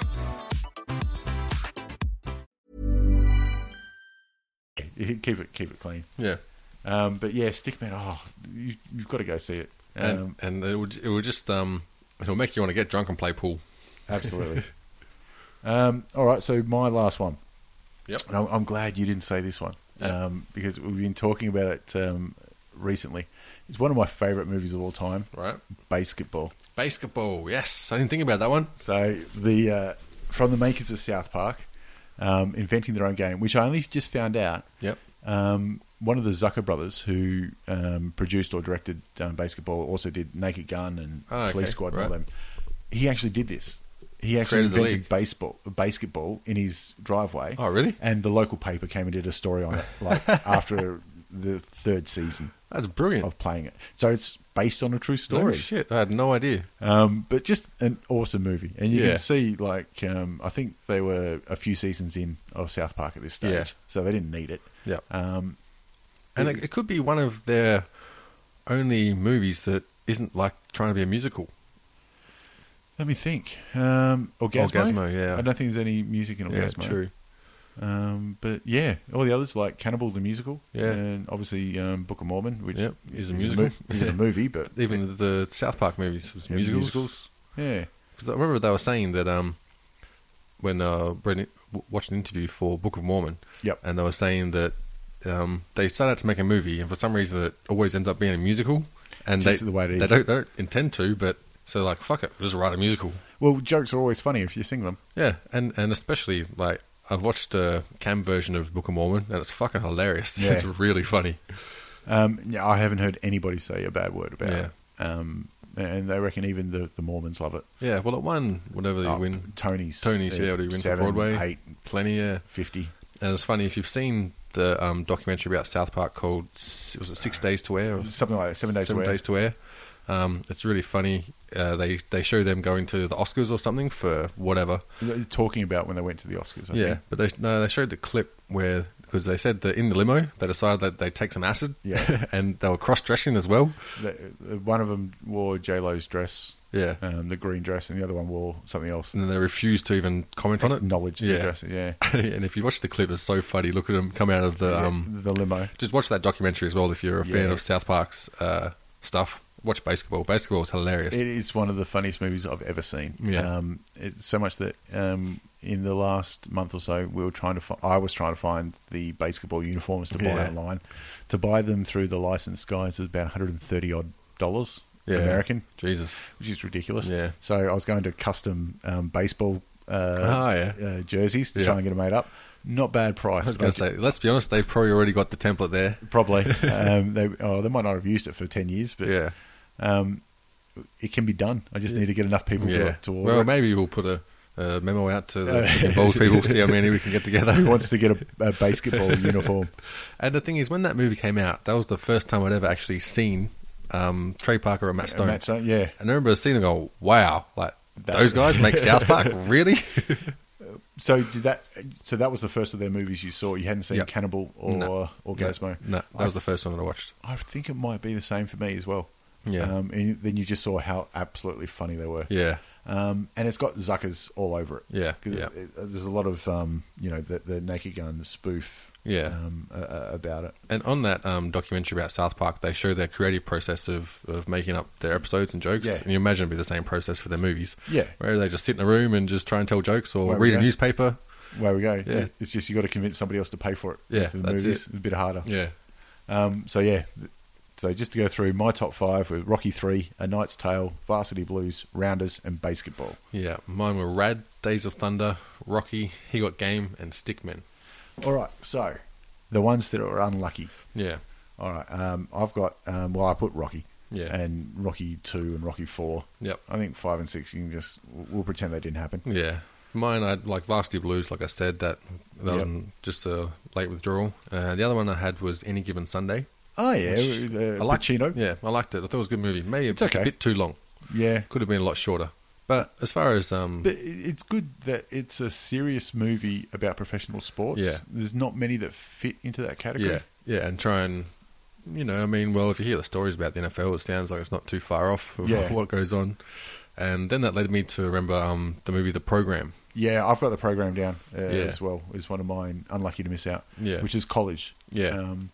S3: keep it keep it clean.
S4: Yeah.
S3: Um, but yeah, Stickman. Oh, you, you've got to go see it.
S4: and,
S3: Um,
S4: and it would it would just um it'll make you want to get drunk and play pool.
S3: absolutely. (laughs) um, all right. So my last one.
S4: Yep.
S3: And I'm, I'm glad you didn't say this one
S4: Yeah.
S3: um, because we've been talking about it um, recently. It's one of my favorite movies of all time.
S4: Right.
S3: Basketball.
S4: Basketball. Yes, I didn't think about that one.
S3: So the uh, from the makers of South Park, um, inventing their own game, which I only just found out.
S4: Yep.
S3: Um, one of the Zucker brothers who um, produced or directed um, Basketball also did Naked Gun and
S4: Oh, okay.
S3: Police Squad and all
S4: Right.
S3: them. He actually did this. He actually
S4: Created the
S3: invented
S4: league.
S3: baseball, basketball in his driveway.
S4: Oh, really?
S3: And the local paper came and did a story
S4: (laughs)
S3: on it, like after the third season
S4: That's brilliant.
S3: of playing it. So it's based on a true
S4: No
S3: story.
S4: shit, I had no idea.
S3: Um, but just an awesome movie, and you
S4: Yeah.
S3: can see like um, I think they were a few seasons in of South Park at this stage,
S4: Yeah.
S3: so they didn't need it.
S4: Yeah.
S3: Um,
S4: And it, it could be one of their only movies that isn't like trying to be a musical.
S3: let me think. Um, Orgasmo,
S4: Orgasmo, yeah.
S3: I don't think there's any music in
S4: Yeah,
S3: Orgasmo.
S4: true.
S3: Um, but yeah, all the others like Cannibal the musical,
S4: Yeah.
S3: and obviously um, Book of Mormon, which
S4: Yep, is a
S3: mo-
S4: musical.
S3: isn't a movie, but
S4: Even the South Park movies was
S3: yeah,
S4: (laughs) musicals.
S3: Yeah,
S4: 'Cause I remember they were saying that um, when uh, Brendan w- watched an interview for Book of Mormon,
S3: Yep.
S4: and they were saying that um, they started to make a movie, and for some reason it always ends up being a musical, and
S3: Just
S4: they
S3: the way it
S4: they
S3: is.
S4: don't, they don't intend to, but so they're like fuck it, we'll just write a musical.
S3: well, jokes are always funny if you sing them.
S4: Yeah, and and especially like I've watched a cam version of Book of Mormon, and it's fucking hilarious. (laughs)
S3: Yeah.
S4: it's really funny.
S3: Um, yeah, I haven't heard anybody say a bad word about
S4: Yeah.
S3: it. Um, and they reckon even the, the Mormons love it.
S4: Yeah, well, it won whatever you
S3: Oh,
S4: win.
S3: Tony's.
S4: Tony's,
S3: Uh,
S4: yeah, what do you win
S3: seven,
S4: for Broadway?
S3: eight,
S4: Plenty, yeah.
S3: 50.
S4: And it's funny if you've seen the um, documentary about South Park called S- was it Six Days to Air or
S3: Uh, Something like that. Seven days away.
S4: to Air? Um, it's really funny. Uh, they they show them going to the Oscars or something for whatever.
S3: They're Talking about when they went to the Oscars. I
S4: Yeah,
S3: Think.
S4: but they no they showed the clip where because they said that in the limo they decided that they would take some acid.
S3: Yeah.
S4: (laughs) and they were cross dressing as well.
S3: The- uh, one of them wore J Lo's dress.
S4: Yeah.
S3: Um, the green dress, and the other one wore something else.
S4: And then they refused to even comment on it.
S3: Acknowledge the
S4: yeah.
S3: dress. Yeah.
S4: (laughs) and if you watch the clip, it's so funny. Look at them come out of the um,
S3: the limo.
S4: just watch that documentary as well if you're a fan
S3: Yeah.
S4: of South Park's uh, stuff. Watch basketball. Basketball is hilarious.
S3: It is one of the funniest movies I've ever seen.
S4: Yeah.
S3: Um, it's so much that um, in the last month or so, we were trying to. Fi- I was trying to find the basketball uniforms to buy
S4: Yeah.
S3: online. To buy them through the licensed guys was about 130 odd dollars
S4: Yeah.
S3: American,
S4: Jesus.
S3: which is ridiculous.
S4: Yeah.
S3: So I was going to custom um, baseball uh,
S4: Ah, yeah.
S3: uh, jerseys to
S4: Yeah.
S3: try and get them made up. Not bad price.
S4: I was
S3: but
S4: going
S3: I
S4: to say, let's be honest, they've probably already got the template there.
S3: probably. (laughs) um, they oh, they might not have used it for 10 years, but
S4: Yeah.
S3: um, it can be done. I just need to get enough people
S4: Yeah.
S3: to, to order.
S4: well,
S3: it.
S4: maybe we'll put a, a memo out to
S3: (laughs)
S4: the kicking balls people, see how many we can get together.
S3: who wants to get a, a basketball uniform.
S4: (laughs) and the thing is, when that movie came out, that was the first time I'd ever actually seen um, Trey Parker and Matt Stone.
S3: Matt Stone, yeah.
S4: And I remember seeing them go, wow, like,
S3: That's-
S4: those
S3: (laughs)
S4: guys make South Park? Really?
S3: So did that? So that was the first of their movies you saw. You hadn't seen
S4: Yep.
S3: Cannibal
S4: (laughs)
S3: or
S4: No.
S3: Orgasmo.
S4: No, that
S3: I,
S4: was the first one that I watched.
S3: I think it might be the same for me as well.
S4: Yeah.
S3: Um, and then you just saw how absolutely funny they were.
S4: Yeah.
S3: Um, and it's got Zuckers all over it.
S4: Yeah,
S3: 'Cause
S4: yeah.
S3: it- it- there's a lot of um, you know the, the Naked Gun spoof.
S4: Yeah.
S3: Um, uh, uh, about it.
S4: And on that um, documentary about South Park, they show their creative process of, of making up their episodes and jokes.
S3: Yeah.
S4: And you imagine it'd be the same process for their movies.
S3: Yeah.
S4: Where they just sit in a room and just try and tell jokes or
S3: Where we
S4: read a
S3: go.
S4: newspaper.
S3: Where we go.
S4: Yeah.
S3: It's just you got to convince somebody else to pay for it.
S4: Yeah,
S3: For the
S4: that's
S3: movies,
S4: it.
S3: a bit harder.
S4: Yeah.
S3: Um, so yeah, so just to go through my top five with Rocky Three, A Knight's Tale, Varsity Blues, Rounders, and Basketball.
S4: Yeah. Mine were Rad, Days of Thunder, Rocky, He Got Game, and Stickman.
S3: All right, so the ones that are unlucky.
S4: Yeah.
S3: All right, um, I've got um, well, I put Rocky,
S4: Yeah.
S3: and Rocky Two and Rocky Four.
S4: Yep.
S3: I think five and six. You can just we'll pretend they didn't happen.
S4: Yeah. For mine, I like Varsity Blues, like I said, that, that was
S3: Yep.
S4: just a late withdrawal. Uh, the other one I had was Any Given Sunday.
S3: Oh yeah,
S4: which
S3: uh,
S4: I liked-
S3: Pacino.
S4: Yeah, I liked it. I thought it was a good movie. Maybe it's
S3: okay.
S4: a bit too long.
S3: yeah.
S4: Could have been a lot shorter. But as far as um,
S3: But it- it's good that it's a serious movie about professional sports.
S4: Yeah.
S3: There's not many that fit into that category.
S4: Yeah, yeah, and try and you know, I mean, well, if you hear the stories about the NFL, it sounds like it's not too far off of
S3: Yeah.
S4: what goes on. And then that led me to remember um, the movie The Program.
S3: Yeah, I've got the program down uh,
S4: Yeah.
S3: as well. Is one of mine unlucky to miss out.
S4: Yeah.
S3: which is college.
S4: Yeah.
S3: Um,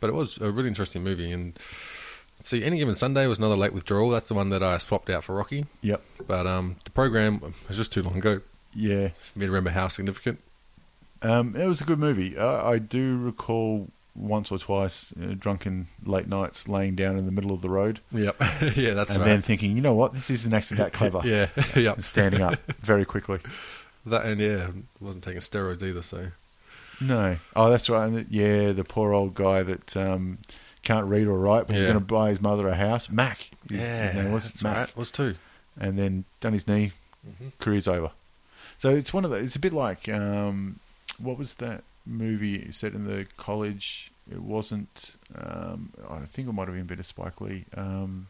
S4: But it was a really interesting movie. And see, Any Given Sunday was another late withdrawal. That's the one that I swapped out for Rocky.
S3: Yep.
S4: But um, the program was just too long ago
S3: Yeah.
S4: for me to remember how significant.
S3: Um, it was a good movie. I, I do recall once or twice, uh, drunken late nights, laying down in the middle of the road,
S4: Yep. (laughs) yeah, that's
S3: and
S4: right.
S3: then thinking, you know what, this isn't actually
S4: (laughs)
S3: that clever.
S4: yeah, yep.
S3: And standing
S4: (laughs)
S3: up very quickly.
S4: That and yeah, wasn't taking steroids either. So
S3: No. Oh, that's right. And the, yeah, the poor old guy that um, can't read or write, but he's
S4: Yeah.
S3: going to buy his mother a house. Mac. His, his name was
S4: that's
S3: Mac.
S4: right. Was too.
S3: and then done his knee,
S4: Mm-hmm.
S3: career's over. So it's one of those. It's a bit like um, what was that movie set in the college? It wasn't. Um, I think it might have even been a Spike Lee. Um,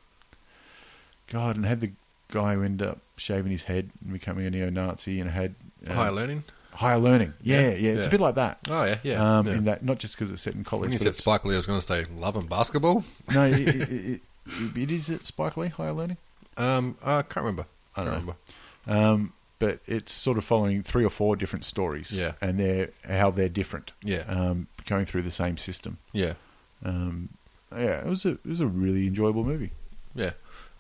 S3: God, and had the guy who ended up shaving his head and becoming a neo-Nazi, and had uh,
S4: Higher learning.
S3: higher learning. Yeah, yeah,
S4: Yeah,
S3: It's a
S4: yeah.
S3: bit like that.
S4: Oh yeah, yeah.
S3: Um,
S4: yeah.
S3: In that, not just because it's set in college.
S4: when you
S3: but
S4: said
S3: it's-
S4: Spike Lee, I was going to say love and basketball.
S3: no, it, it, it, it, it is at Spike Lee higher learning.
S4: Um, I can't remember. I don't remember.
S3: um, but it's sort of following three or four different stories,
S4: Yeah.
S3: and they're how they're different,
S4: Yeah.
S3: um, going through the same system.
S4: Yeah,
S3: Um, yeah, it was a it was a really enjoyable movie.
S4: yeah,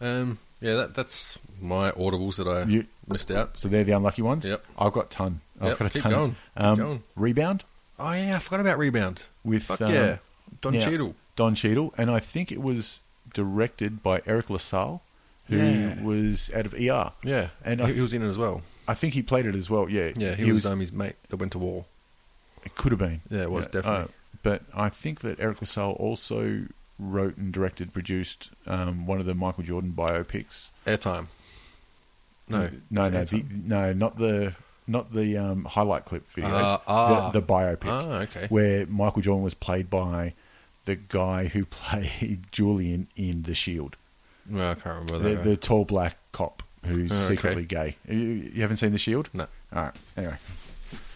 S4: um, yeah. That that's my audibles that I
S3: You-
S4: missed out.
S3: So they're the unlucky ones.
S4: Yep.
S3: I've got ton. I've
S4: Yep,
S3: got a
S4: keep
S3: ton.
S4: going, keep
S3: Um,
S4: going.
S3: Rebound
S4: Oh yeah, I forgot about rebound.
S3: with
S4: Fuck
S3: um,
S4: yeah, Don
S3: now,
S4: Cheadle.
S3: Don Cheadle, and I think it was directed by Eric LaSalle, who
S4: Yeah.
S3: was out of ER.
S4: Yeah,
S3: and
S4: and
S3: I,
S4: he, he was in it as well.
S3: I think he played it as well. Yeah,
S4: Yeah, he, was, um, his mate that went to war.
S3: It could have been. uh,
S4: Yeah, it was, definitely.
S3: but I think that Eric LaSalle also wrote and directed, produced um, one of the Michael Jordan biopics.
S4: Airtime. No,
S3: no, no,
S4: Is it
S3: the,
S4: Airtime?
S3: no, not the not the um, highlight clip videos.
S4: Ah, ah.
S3: the, the biopic.
S4: Ah, okay.
S3: Where Michael Jordan was played by the guy who (laughs) played Julian in The Shield,
S4: No, I can't remember
S3: the,
S4: that.
S3: the tall black cop who's
S4: Oh, okay.
S3: secretly gay. You, you haven't seen The Shield?
S4: No.
S3: All right. Anyway,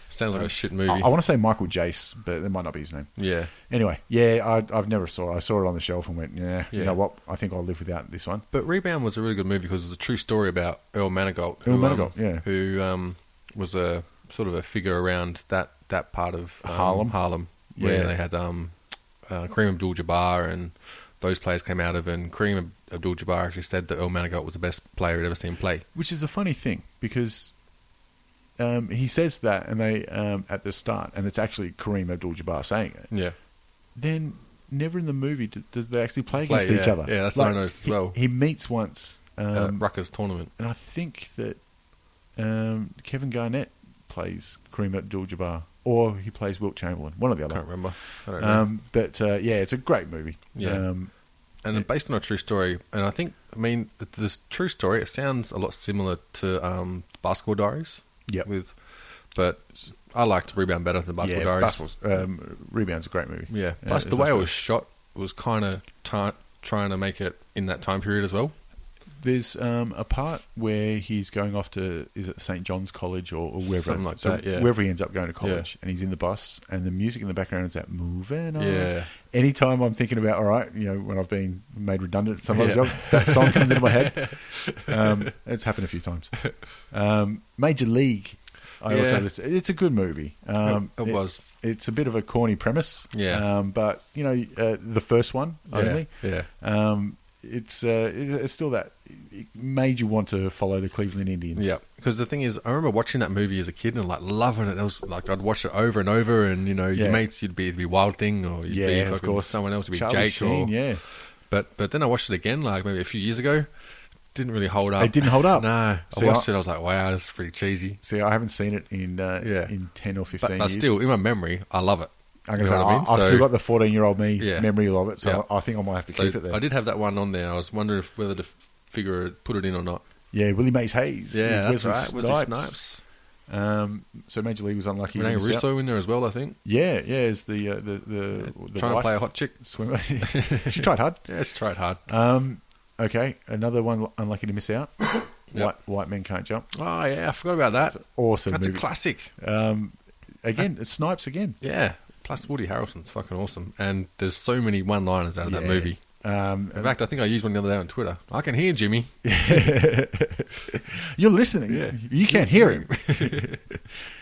S4: Sounds like a shit movie.
S3: uh, I, I want to say Michael Jace, but that might not be his name.
S4: yeah,
S3: Anyway, yeah, I, I've never saw. it. I saw it on the shelf and went, yeah, you
S4: Yeah.
S3: know what? I think I'll live without this one.
S4: But Rebound was a really good movie because it was a true story about Earl Manigault.
S3: Earl
S4: who,
S3: Manigault,
S4: um,
S3: yeah.
S4: Who um, was a sort of a figure around that, that part of um,
S3: Harlem.
S4: Harlem, where
S3: Yeah.
S4: they had um, uh, Kareem Abdul-Jabbar and those players came out of. And Kareem Ab- Abdul-Jabbar actually said that Earl Manigault was the best player he'd ever seen play.
S3: Which is a funny thing because um, he says that, and they um, at the start, and it's actually Kareem Abdul-Jabbar saying it.
S4: Yeah,
S3: Then never in the movie do, do they actually play
S4: Play,
S3: against each
S4: yeah.
S3: other.
S4: Yeah, that's what I noticed as
S3: he-
S4: well.
S3: He, meets once,
S4: uh,
S3: um,
S4: Rucker's tournament.
S3: and I think that um, Kevin Garnett plays Kareem Abdul-Jabbar, or he plays Wilt Chamberlain, one or the other.
S4: Can't remember. I don't know.
S3: Um, but uh, yeah, it's a great movie.
S4: Yeah.
S3: Um,
S4: and it's based on a true story. And I think, I mean, th- this true story it sounds a lot similar to um, Basketball Diaries.
S3: Yep.
S4: With, but I liked Rebound better than Basketball
S3: yeah,
S4: Diaries.
S3: Basketball's- um, Rebound's a great movie.
S4: Yeah. Plus,
S3: Uh,
S4: the way it
S3: that's
S4: was shot was kind of ti trying to make it in that time period as well.
S3: good. There's um, a part where he's going off to is it St John's College or, or wherever,
S4: Something like that, yeah.
S3: wherever he ends up going to college, and he's in the bus, and the music in the background is that moving on.
S4: Yeah.
S3: Anytime I'm thinking about, all right, you know, when I've been made redundant at some other
S4: Yeah.
S3: job, that song comes into my
S4: (laughs)
S3: head. Um, it's happened a few times. Um, Major League. I also
S4: Yeah.
S3: listen. It's a good movie. Um,
S4: It- it was.
S3: It's a bit of a corny premise.
S4: Yeah.
S3: Um, but you know, uh, the first one
S4: Yeah,
S3: only.
S4: yeah.
S3: Um, it's uh, it, it's still that it made you want to follow the Cleveland Indians.
S4: Yeah. Because the thing is, I remember watching that movie as a kid and like loving it. That was like I'd watch it over and over, and you know,
S3: Yeah.
S4: your mates, you'd be, it'd be Wild Thing, or you'd
S3: Yeah,
S4: be
S3: of
S4: fucking
S3: course.
S4: someone else, would be
S3: Charlie
S4: Jake,
S3: Sheen,
S4: or
S3: yeah.
S4: But but then I watched it again, like maybe a few years ago. Didn't really hold up.
S3: It didn't hold up.
S4: (laughs) No,
S3: See,
S4: I watched
S3: I-
S4: it. I was like, wow, that's pretty cheesy.
S3: See, I haven't seen it in uh,
S4: Yeah.
S3: in ten or fifteen
S4: But, but
S3: years.
S4: still, in my memory, I love it.
S3: I'm going
S4: You
S3: to
S4: know
S3: say
S4: what I
S3: I
S4: mean?
S3: have
S4: So-
S3: still got the fourteen year old me
S4: Yeah.
S3: memory of it, so
S4: Yeah.
S3: I I think I might have to
S4: So
S3: keep it there.
S4: I did have that one on there. I was wondering if, whether to f- figure it, put it in or not.
S3: Yeah, Willie Mays Hayes.
S4: Yeah, that's
S3: Wesley
S4: right. Wesley Snipes.
S3: Um, so Major League was unlucky.
S4: Rene
S3: to miss out.
S4: Russo in there as well, I think.
S3: Yeah, yeah, is the uh, the the, the
S4: Trying
S3: wife
S4: to play a hot chick. (laughs)
S3: swimmer. (laughs) she tried hard.
S4: Yeah, she tried hard.
S3: Um, okay, another one unlucky to miss out.
S4: (coughs) Yep.
S3: White White men can't jump.
S4: oh, yeah, I forgot about that.
S3: awesome
S4: That's
S3: movie.
S4: a classic.
S3: Um, again, it's Snipes again.
S4: Yeah. Plus, Woody Harrelson's fucking awesome. And there's so many one liners out of that
S3: Yeah.
S4: movie.
S3: Um,
S4: In fact, I think I used one the other day on Twitter. I can hear Jimmy.
S3: (laughs) you're listening. You can't hear him.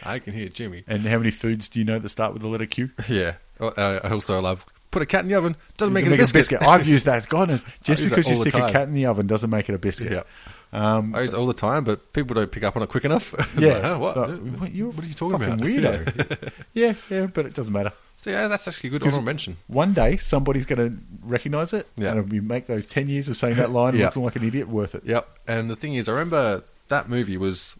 S4: I can hear Jimmy.
S3: (laughs) And how many foods do you know that start with the letter Q?
S4: Yeah. Oh, uh, I also love put a cat in the oven doesn't make it
S3: Make
S4: a biscuit.
S3: I've used that. God knows. Just
S4: use that
S3: because you
S4: all the
S3: stick a
S4: time.
S3: cat in the oven doesn't make it a (laughs)
S4: (laughs)
S3: biscuit.
S4: Yeah. I use it all the time, but people don't pick up on it quick enough.
S3: Um,
S4: (laughs)
S3: Yeah.
S4: Like, huh, what?
S3: Like,
S4: what,
S3: you're
S4: are you talking
S3: fucking
S4: about? (laughs)
S3: Weirdo. yeah, yeah, but it doesn't matter.
S4: So, yeah, that's actually a good
S3: 'Cause
S4: honorable mention.
S3: One day somebody's going to recognize it,
S4: Yeah.
S3: and it'll be make those ten years of saying that line
S4: Yeah.
S3: looking like an idiot worth it.
S4: Yep. And the thing is, I remember that movie was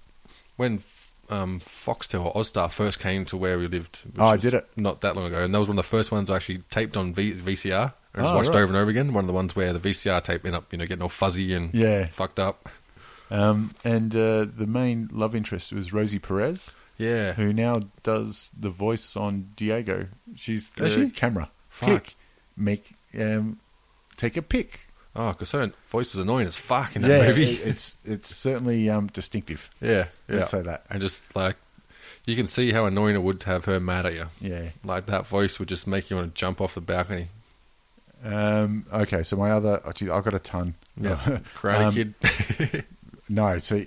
S4: when um, Foxtel or Ozstar first came to where we lived. Which
S3: Oh, I
S4: was
S3: did it.
S4: not that long ago, and that was one of the first ones I actually taped on v- VCR and just
S3: Oh,
S4: watched
S3: right.
S4: over and over again. One of the ones where the VCR tape ended up, you know, getting all fuzzy and
S3: Yeah.
S4: fucked up.
S3: Um, and uh, the main love interest was Rosie Perez,
S4: Yeah.
S3: who now does the voice on Diego. She's the
S4: Does she?
S3: camera.
S4: Fuck.
S3: Pick, make, um, take a pic.
S4: Oh, because her voice was annoying as fuck in that
S3: yeah,
S4: movie.
S3: it- it's it's certainly um, distinctive.
S4: (laughs) yeah, yeah.
S3: Let's say that.
S4: And just like you can see how annoying it would to have her mad at you.
S3: Yeah.
S4: Like that voice would just make you want to jump off the balcony.
S3: Um, okay, so my other, oh, geez, I've got a ton.
S4: Yeah.
S3: (laughs)
S4: Karate
S3: Um,
S4: Kid.
S3: No, so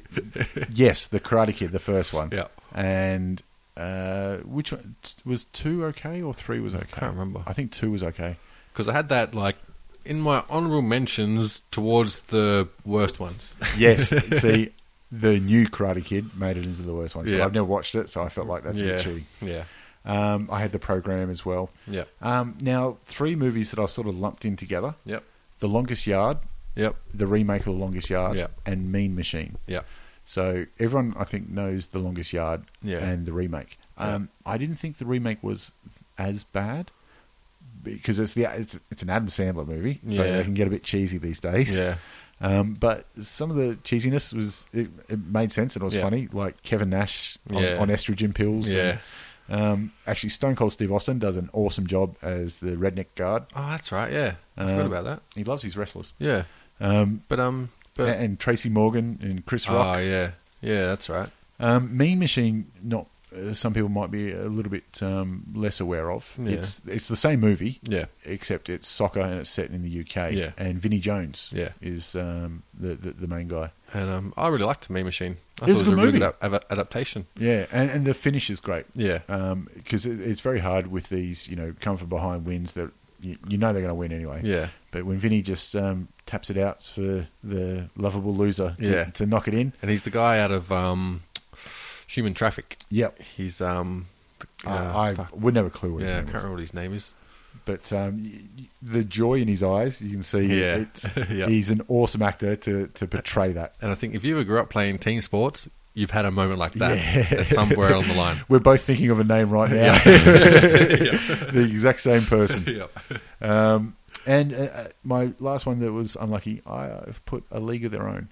S3: yes, the Karate Kid, the first one.
S4: Yeah.
S3: And uh, which one was two okay or three was okay?
S4: can't remember.
S3: I think two was
S4: (laughs)
S3: okay.
S4: because I had that like in my honorable mentions towards the worst
S3: (laughs)
S4: ones.
S3: Yes. see, the new Karate Kid made it into the worst one.
S4: Yeah.
S3: I've never watched it, so I felt like that's a
S4: yeah,
S3: bit cheating.
S4: yeah,
S3: Um, I had the program as well.
S4: Yeah.
S3: Um, now, three movies that I've sort of lumped in together.
S4: Yep.
S3: The Longest Yard,
S4: yep,
S3: the remake of The Longest Yard,
S4: Yeah.
S3: and Mean Machine.
S4: yep.
S3: So everyone, I think, knows The Longest Yard
S4: Yeah.
S3: and the remake. Um, I didn't think the remake was as bad because it's the it's, it's an Adam Sandler movie, so
S4: Yeah.
S3: they can get a bit cheesy these days.
S4: Yeah.
S3: Um, but some of the cheesiness was it, it made sense and it was
S4: Yeah.
S3: funny, like Kevin Nash on,
S4: Yeah.
S3: on estrogen pills.
S4: Yeah.
S3: And, um, actually, Stone Cold Steve Austin does an awesome job as the redneck guard.
S4: Oh, that's right. Yeah, I
S3: Um,
S4: forgot about that.
S3: He loves his wrestlers.
S4: Yeah,
S3: Um,
S4: but um, but
S3: and, and Tracy Morgan and Chris Rock.
S4: oh yeah, yeah, that's right.
S3: Um, mean Machine, not uh, some people might be a little bit um, less aware of.
S4: Yeah.
S3: It's it's the same movie,
S4: Yeah.
S3: except it's soccer and it's set in the UK.
S4: Yeah.
S3: and Vinnie Jones,
S4: Yeah.
S3: is um, the, the the main guy.
S4: And um, I really liked the Mean Machine. I
S3: It was a
S4: thought
S3: good
S4: really
S3: movie.
S4: ad- ad- adaptation.
S3: Yeah, and, and the finish is great.
S4: Yeah.
S3: because it, it's very hard with these, you know, come from behind wins that you, you know they're going to win anyway.
S4: Yeah.
S3: but when Vinny just um, taps it out for the lovable loser, to,
S4: Yeah.
S3: to knock it in.
S4: And he's the guy out of um, Human Traffic.
S3: Yep.
S4: He's um, the-
S3: I-
S4: uh,
S3: I
S4: fuck.
S3: wouldn't have a clue what his
S4: yeah, I
S3: name
S4: can't
S3: was.
S4: remember what his name is.
S3: but um, y- y- the joy in his eyes, you can see
S4: Yeah. (laughs)
S3: it's,
S4: Yeah.
S3: he's an awesome actor to, to portray that.
S4: And I think if you ever grew up playing team sports, you've had a moment like that somewhere on
S3: (laughs)
S4: the line.
S3: We're both thinking of a name
S4: (laughs)
S3: right now. (laughs) the exact same person.
S4: Yeah.
S3: Um, and uh, uh, my last one that was unlucky, I've put A League of Their Own.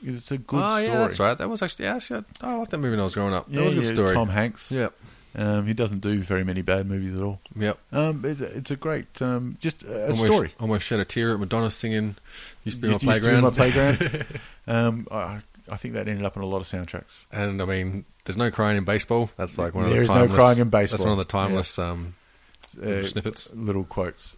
S3: Because it's a good
S4: oh,
S3: story.
S4: yeah, that's right. That was actually, yeah, actually, I liked that movie when I was growing up.
S3: Yeah,
S4: that was a good
S3: yeah,
S4: story.
S3: Tom Hanks.
S4: Yep.
S3: Um, he doesn't do very many bad movies at all.
S4: Yep.
S3: Um, it's, a, it's a great, um, just a, a
S4: almost,
S3: story.
S4: Almost shed a tear at Madonna singing Used to Be My
S3: Used- used to be
S4: Playground.
S3: my
S4: (laughs)
S3: playground. um, I, I think that ended up in a lot of soundtracks.
S4: and I mean, there's no crying in baseball. That's like one
S3: There
S4: of
S3: is
S4: the
S3: no
S4: timeless.
S3: crying in
S4: That's
S3: baseball.
S4: one of the timeless. Um,
S3: uh,
S4: snippets.
S3: little quotes.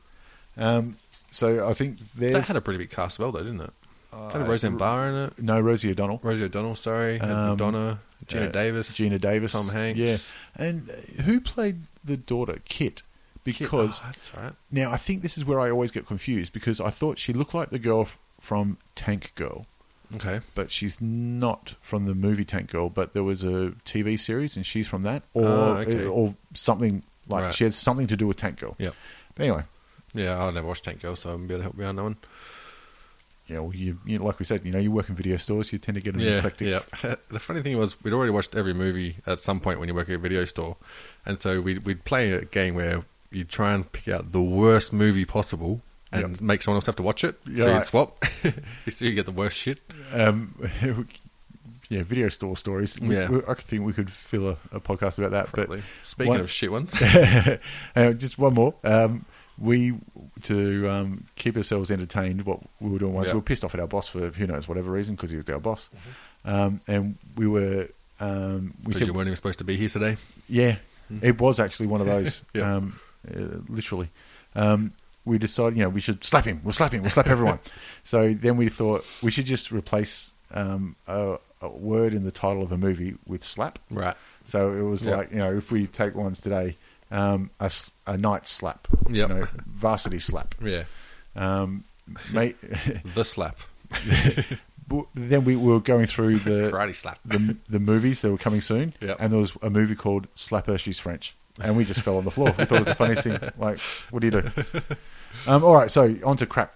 S3: Um, so I think
S4: that
S3: there's
S4: had a pretty big cast as well, though, didn't it? had a Roseanne Barr in Uh, it.
S3: no Rosie O'Donnell,
S4: Rosie O'Donnell, sorry. Had
S3: Um,
S4: Madonna. Gina
S3: uh,
S4: Davis.
S3: Gina Davis,
S4: Tom Hanks.
S3: yeah, and uh, who played the daughter, Kit?
S4: Kid-
S3: Because
S4: oh, that's right.
S3: now I think this is where I always get confused because I thought she looked like the girl f- from Tank Girl,
S4: Okay.
S3: but she's not from the movie Tank Girl. But there was a TV series, and she's from that, or uh,
S4: Ah, okay.
S3: or something like
S4: Right.
S3: she has something to do with Tank Girl.
S4: Yep.
S3: But anyway,
S4: Yeah, I never watched Tank Girl, so I wouldn't be able to help you out on that one.
S3: yeah, well, you, you like we said, you know, you work in video stores, you tend to get an
S4: Yeah,
S3: eclectic
S4: yeah. (laughs) The funny thing was, we'd already watched every movie at some point when you work at a video store, and so we'd, we'd play a game where you try and pick out the worst movie possible and
S3: Yep.
S4: make someone else have to watch it.
S3: Yeah,
S4: so you
S3: right.
S4: swap, (laughs) you see who get the worst shit.
S3: um, (laughs) yeah, video store stories. We,
S4: Yeah.
S3: we, I could think we could fill a, a podcast about that.
S4: Probably.
S3: But
S4: Speaking
S3: one-
S4: of shit
S3: (laughs)
S4: ones,
S3: uh, just one more. Um, we to um, keep ourselves entertained. What we were doing was
S4: Yeah.
S3: we were pissed off at our boss for who knows whatever reason because he was our boss, um, and we were um, we said
S4: because Mm-hmm. you weren't even supposed to be here today.
S3: yeah, it was actually
S4: (laughs)
S3: one of those.
S4: Hmm. Yeah.
S3: um, uh, literally, um, we decided you know we should slap him. We'll slap him. We'll slap
S4: (laughs)
S3: everyone. so then we thought we should just replace um, a, a word in the title of a movie with slap.
S4: Right.
S3: So it was
S4: Yeah.
S3: like you know if we take ones today, um, a, s- a night slap,
S4: Yep.
S3: varsity
S4: (laughs)
S3: slap.
S4: Yeah.
S3: Um, mate,
S4: The slap.
S3: w- then we were going through the
S4: (laughs) Karate slap.
S3: the, the movies that were coming soon,
S4: Yep.
S3: and there was a movie called Slapper She's French, and we just fell on the floor. We thought it was the funniest
S4: (laughs)
S3: thing. Like, what do you do? Um, all right, so on to crap.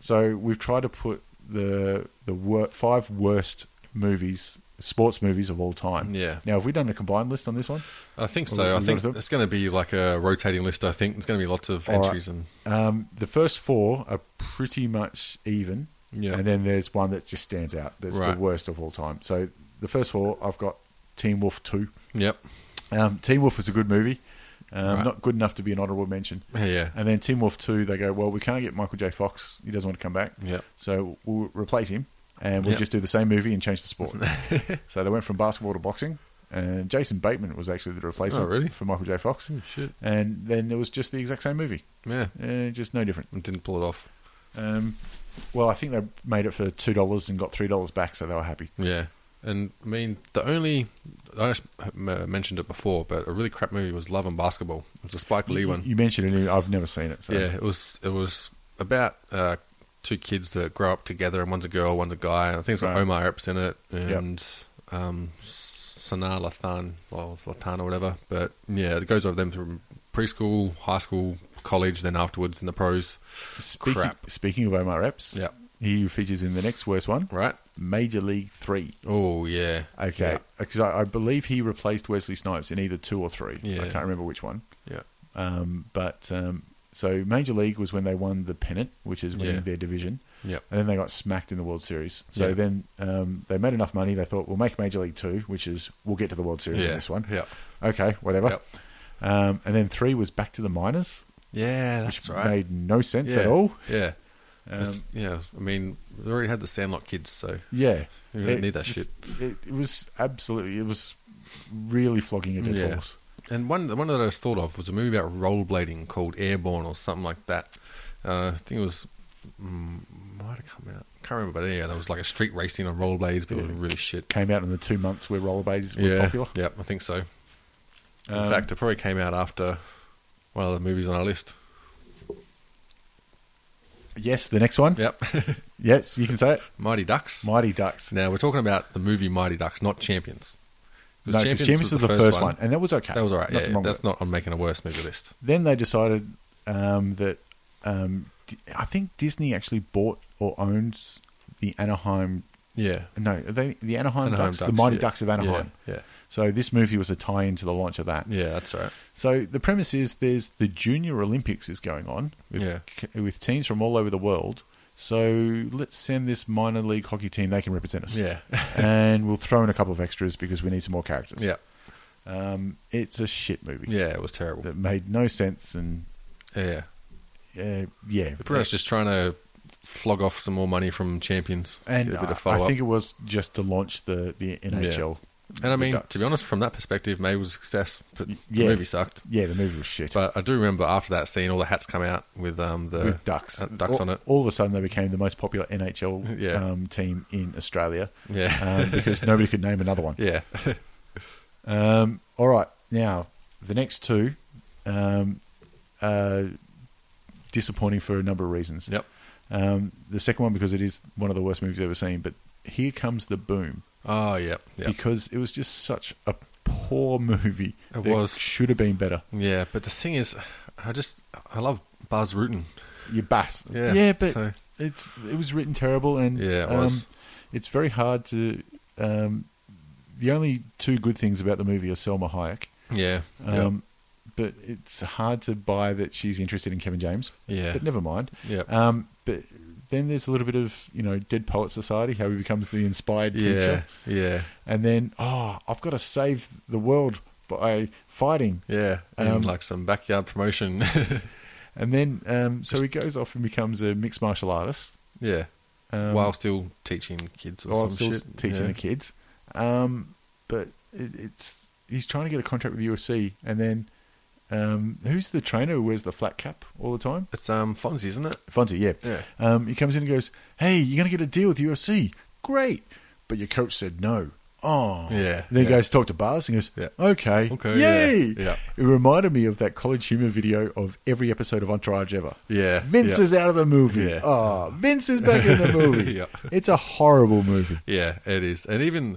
S3: So we've tried to put the the wor- five worst movies, sports movies of all time.
S4: Yeah.
S3: Now have we done a combined list on this one?
S4: I think
S3: Well,
S4: so. I
S3: we
S4: think
S3: got it.
S4: it's going to be like a rotating list. I think there's going to be lots of
S3: All right.
S4: entries and
S3: Um, the first four are pretty much even,
S4: Yeah.
S3: and then there's one that just stands out. That's
S4: Right.
S3: the worst of all time. So the first four, I've got Team Wolf Two.
S4: yep,
S3: Um, Teen Wolf was a good movie, um,
S4: Right.
S3: not good enough to be an honourable mention.
S4: Yeah, yeah.
S3: And then Teen Wolf Two, they go, well, we can't get Michael J. Fox. He doesn't want to come back.
S4: Yep.
S3: So we'll replace him, and we'll
S4: Yep.
S3: just do the same movie and change the
S4: (laughs)
S3: sport. so they went from basketball to boxing. And Jason Bateman was actually the replacement
S4: Oh, really?
S3: for Michael J. Fox.
S4: Oh, shit.
S3: And then it was just the exact same movie.
S4: yeah.
S3: Uh, just no different.
S4: And didn't pull it off.
S3: Um, well, I think they made it for two dollars and got three dollars back, so they were happy.
S4: Yeah, and I mean the only I just m- mentioned it before, but a really crap movie was Love and Basketball. It was a Spike Lee one.
S3: You mentioned it. I've never seen it. So.
S4: Yeah, it was it was about uh, two kids that grow up together, and one's a girl, one's a guy. I think it's got
S3: Right.
S4: Omar Epps in it,
S3: Yep.
S4: and um, Sanaa Lathan or Lathan or whatever. But yeah, it goes over them from preschool, high school, college, then afterwards in the pros.
S3: Speaking,
S4: Crap.
S3: Speaking of Omar Epps,
S4: Yep.
S3: he features in the next worst one,
S4: Right?
S3: Major League Three.
S4: Oh yeah.
S3: Okay, because I, I believe he replaced Wesley Snipes in either two or three.
S4: Yeah.
S3: I can't remember which one.
S4: Yeah.
S3: Um, but um, so Major League was when they won the pennant, which is winning
S4: Yeah.
S3: their division.
S4: Yep.
S3: And then they got smacked in the World Series. So
S4: Yeah.
S3: then um, they made enough money. They thought we'll make Major League Two, which is we'll get to the World Series in
S4: Yeah.
S3: this one.
S4: Yep.
S3: Okay, whatever.
S4: Yep.
S3: Um, and then three was back to the minors,
S4: Yeah, that's
S3: which
S4: right.
S3: made no sense at all.
S4: Yeah. It's- yeah, I mean, they already had the Sandlot kids, so
S3: Yeah,
S4: You don't need that
S3: shit. It, it was absolutely. It was really flogging a dead
S4: yeah.
S3: horse.
S4: And one the one that I just thought of was a movie about rollerblading called Airborne or something like that. Uh, I think it was mm, might have come out. Can't remember, but yeah, there was like a street racing on rollerblades, but it was really shit.
S3: Came out in the two months where rollerblades were
S4: Yeah,
S3: popular. Um,
S4: yeah, I think so. In fact, it probably came out after one of the movies on our list.
S3: Yes, the next one.
S4: Yep, (laughs)
S3: Yes, you can say it.
S4: Mighty Ducks.
S3: Mighty Ducks.
S4: now we're talking about the movie Mighty Ducks, not Champions. 'Cause
S3: No, 'cause Champions was the first one, and that was okay.
S4: That was all right.
S3: Nothing
S4: yeah,
S3: wrong with
S4: that's
S3: it.
S4: not on making a worse movie list.
S3: Then they decided um, that um, D- I think Disney actually bought or owns the Anaheim.
S4: Yeah,
S3: No, they, the Anaheim,
S4: Anaheim
S3: Ducks, the
S4: Ducks,
S3: Mighty
S4: yeah.
S3: Ducks of Anaheim.
S4: Yeah, yeah.
S3: So this movie was a tie-in to the launch of that.
S4: yeah, that's right.
S3: So the premise is there's the Junior Olympics is going on with,
S4: Yeah.
S3: with teams from all over the world. So let's send this minor league hockey team; they can represent us.
S4: Yeah. (laughs)
S3: and we'll throw in a couple of extras because we need some more characters.
S4: Yeah,
S3: um, it's a shit movie.
S4: yeah, it was terrible.
S3: that made no sense, and
S4: Yeah.
S3: uh, yeah,
S4: They're pretty much just trying to flog off some more money from champions.
S3: and
S4: get a bit
S3: I-
S4: of follow
S3: I
S4: up.
S3: think it was just to launch the the NHL.
S4: and I
S3: the
S4: mean,
S3: Ducks.
S4: to be honest, from that perspective, maybe it was a success, but
S3: yeah,
S4: the movie sucked.
S3: Yeah, the movie was shit.
S4: But I do remember after that scene, all the hats come out with um the
S3: with ducks,
S4: uh, ducks
S3: all,
S4: on it.
S3: All of a sudden, they became the most popular NHL
S4: Yeah.
S3: um, team in Australia.
S4: Yeah.
S3: um, because nobody could name another one.
S4: (laughs) Yeah,
S3: Um, all right, now the next two, um, uh, disappointing for a number of reasons.
S4: Yep.
S3: Um, the second one because it is one of the worst movies I've ever seen. But here comes the boom
S4: oh yeah, yeah,
S3: because it was just such a poor (laughs) movie.
S4: It
S3: that
S4: was.
S3: should have been better.
S4: yeah. But the thing is, I just I love Buzz Rutan.
S3: You bass.
S4: Yeah,
S3: but
S4: so-
S3: it's it was written terrible, and
S4: Yeah, it
S3: um,
S4: was.
S3: it's very hard to. Um, the only two good things about the movie are Selma Hayek,
S4: Yeah,
S3: um, but it's hard to buy that she's interested in Kevin James.
S4: Yeah.
S3: but never mind.
S4: Yeah.
S3: um, but then there's a little bit of you know Dead Poet Society, how he becomes the inspired
S4: yeah, yeah,
S3: teacher,
S4: yeah,
S3: and then oh, I've got to save the world by fighting.
S4: yeah. And
S3: Um,
S4: like some backyard promotion. (laughs)
S3: And then, um, so he goes off and becomes a mixed martial artist.
S4: yeah,
S3: Um,
S4: while still teaching kids or
S3: while
S4: some
S3: still
S4: shit.
S3: teaching
S4: Yeah.
S3: the kids. Um, but it, it's he's trying to get a contract with the UFC, and then um, who's the trainer who wears the flat cap all the time?
S4: It's um Fonzie, isn't it?
S3: Fonzie, yeah.
S4: Yeah.
S3: Um, he comes in and goes, "Hey, you're going to get a deal with the UFC? Great." But your coach said no. oh.
S4: Yeah,
S3: Then he
S4: yeah.
S3: goes, talk to Buzz, and he goes,
S4: Yeah.
S3: okay.
S4: Okay,
S3: Yay.
S4: yeah, yeah.
S3: It reminded me of that College Humor video of every episode of Entourage ever.
S4: Yeah,
S3: Vince
S4: yeah.
S3: is out of the movie.
S4: Yeah.
S3: Oh, Vince is back in the movie.
S4: (laughs) Yeah.
S3: It's a horrible movie.
S4: Yeah, it is, and even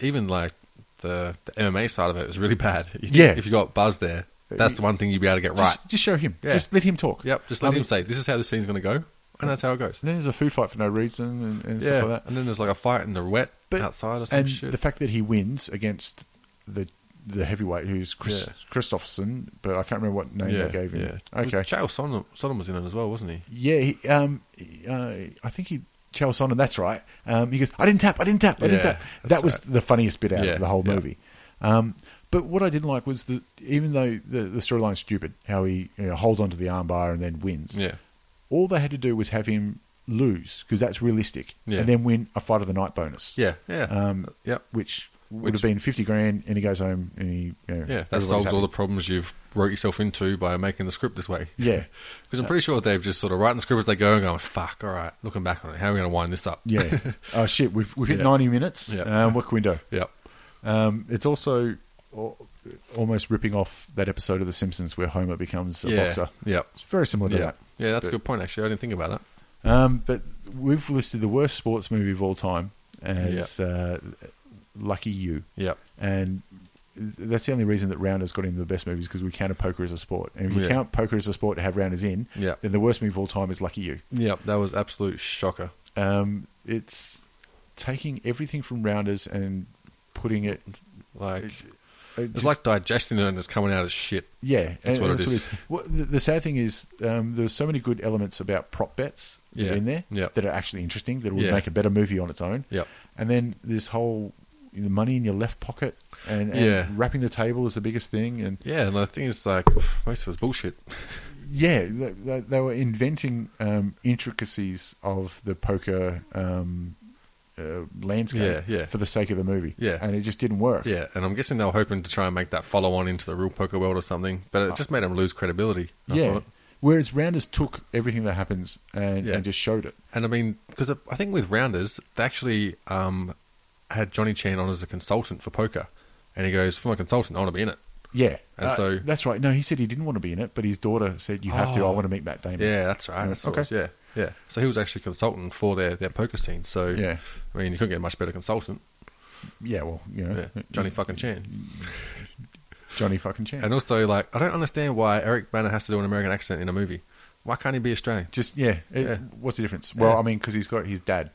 S4: even like the, the MMA side of it was really (laughs) bad. You-
S3: Yeah.
S4: if you got Buzz there, that's the one thing you'd be able to get right.
S3: Just, just show him.
S4: Yeah.
S3: Just let him talk.
S4: yep, just let
S3: Um,
S4: him say this is how the scene's going to go, and that's how it goes.
S3: And then there's a food fight for no reason and, and
S4: Yeah,
S3: stuff like that.
S4: and then there's like a fight in the wet outside or some
S3: and
S4: shit.
S3: the fact that he wins against the the heavyweight who's Chris
S4: Yeah.
S3: Christopherson, but I can't remember what name
S4: yeah,
S3: they gave him.
S4: yeah.
S3: Okay.
S4: Chael Sonnen, Sonnen was in it as well, wasn't he?
S3: yeah. He, um, uh, I think he Chael Sonnen. That's right. Um, he goes, I didn't tap. I didn't tap. I didn't
S4: Yeah,
S3: tap. That
S4: that's
S3: was the funniest bit out
S4: Yeah,
S3: of the whole
S4: yeah.
S3: movie. Um, but what I didn't like was that even though the, the storyline's stupid, how he you know, holds onto the armbar and then wins.
S4: Yeah,
S3: all they had to do was have him lose because that's realistic,
S4: Yeah.
S3: and then win a fight of the night bonus.
S4: yeah, yeah,
S3: Um,
S4: yep.
S3: which would
S4: Which-
S3: have been fifty grand, and he goes home and he you know,
S4: Yeah, that
S3: everyone's
S4: solves all the
S3: happy.
S4: problems you've wrote yourself into by making the script this way.
S3: Yeah.
S4: Because I'm pretty sure they've just sort of writing the script as they go and going, fuck, all right, looking back on it, how are we going to wind this up?
S3: yeah. (laughs) oh shit, we've we've hit
S4: Yeah.
S3: ninety minutes.
S4: Yeah.
S3: Um, what can we do?
S4: (laughs) yep.
S3: Um, it's also al- almost ripping off that episode of The Simpsons where Homer becomes a
S4: Yeah.
S3: boxer.
S4: Yep.
S3: It's very similar to
S4: Yeah.
S3: that.
S4: yeah, that's a
S3: But-
S4: good point, actually. I didn't think about that.
S3: Um, but we've listed the worst sports movie of all time as uh, Lucky You.
S4: Yep.
S3: And that's the only reason that Rounders got into the best movies because we counted poker as a sport. And if you
S4: Yeah.
S3: count poker as a sport to have Rounders in,
S4: Yeah.
S3: then the worst movie of all time is Lucky You.
S4: Yep, that was absolute shocker.
S3: Um, it's taking everything from Rounders and putting it.
S4: Like,
S3: it-
S4: it's
S3: it just-
S4: like digesting it and it's coming out as shit.
S3: Yeah, and-
S4: That's what
S3: and
S4: it is.
S3: What, the, the sad thing is, um, there are so many good elements about prop bets that are
S4: Yeah,
S3: in there
S4: yeah.
S3: that are actually interesting that would
S4: Yeah.
S3: make a better movie on its own.
S4: Yep.
S3: And then this whole you know, money in your left pocket and, and
S4: Yeah.
S3: wrapping the table is the biggest thing. And
S4: Yeah, and I think it's like, most of it's bullshit.
S3: yeah, they, they- they were inventing um, intricacies of the poker um, uh, landscape
S4: Yeah, yeah.
S3: for the sake of the movie.
S4: Yeah.
S3: And it just didn't work.
S4: Yeah, and I'm guessing they were hoping to try and make that follow on into the real poker world or something, but it just made them lose credibility. I
S3: Uh, Yeah.
S4: thought.
S3: Whereas Rounders took everything that happens and,
S4: Yeah.
S3: and just showed it.
S4: And I mean, because I think with rounders, they actually um, had Johnny Chan on as a consultant for poker, and he goes, "For my consultant, I want to be in it."
S3: Yeah.
S4: And
S3: Uh,
S4: so- Oh.
S3: that's right. No, he said he didn't want to be in it, but his daughter said, "You have to. I want to meet Matt Damon."
S4: Yeah, that's right.
S3: Yeah,
S4: That's what
S3: okay.
S4: it was, Yeah, yeah. So he was actually consultant for their, their poker scene. So
S3: Yeah.
S4: I mean, you couldn't get a much better consultant.
S3: Yeah. Well, you know,
S4: Yeah, Johnny fucking Chan.
S3: Johnny fucking Chan.
S4: And also, like, I don't understand why Eric Banner has to do an American accent in a movie. Why can't he be Australian?
S3: just yeah, it-
S4: Yeah.
S3: What's the difference? Well,
S4: Yeah.
S3: I mean, because he's got his dad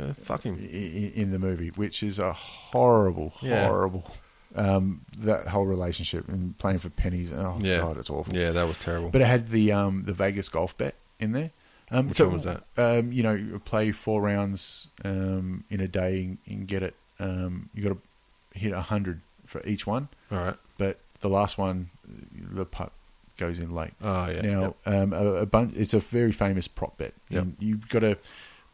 S4: Uh, fuck him.
S3: in, in the movie, which is a horrible,
S4: Yeah.
S3: horrible. Um, that whole relationship and playing for pennies. Oh
S4: Yeah,
S3: god, it's awful.
S4: Yeah, that was terrible.
S3: But it had the um the Vegas golf bet in there. Um,
S4: Which
S3: so,
S4: one was that?
S3: Um, you know, you play four rounds um, in a day and, and get it. Um, you got to hit hundred for each one.
S4: all right.
S3: but the last one, the putt goes in late.
S4: Oh, yeah.
S3: Now, um, a, a bunch. It's a very famous prop bet.
S4: Yep.
S3: And You've got to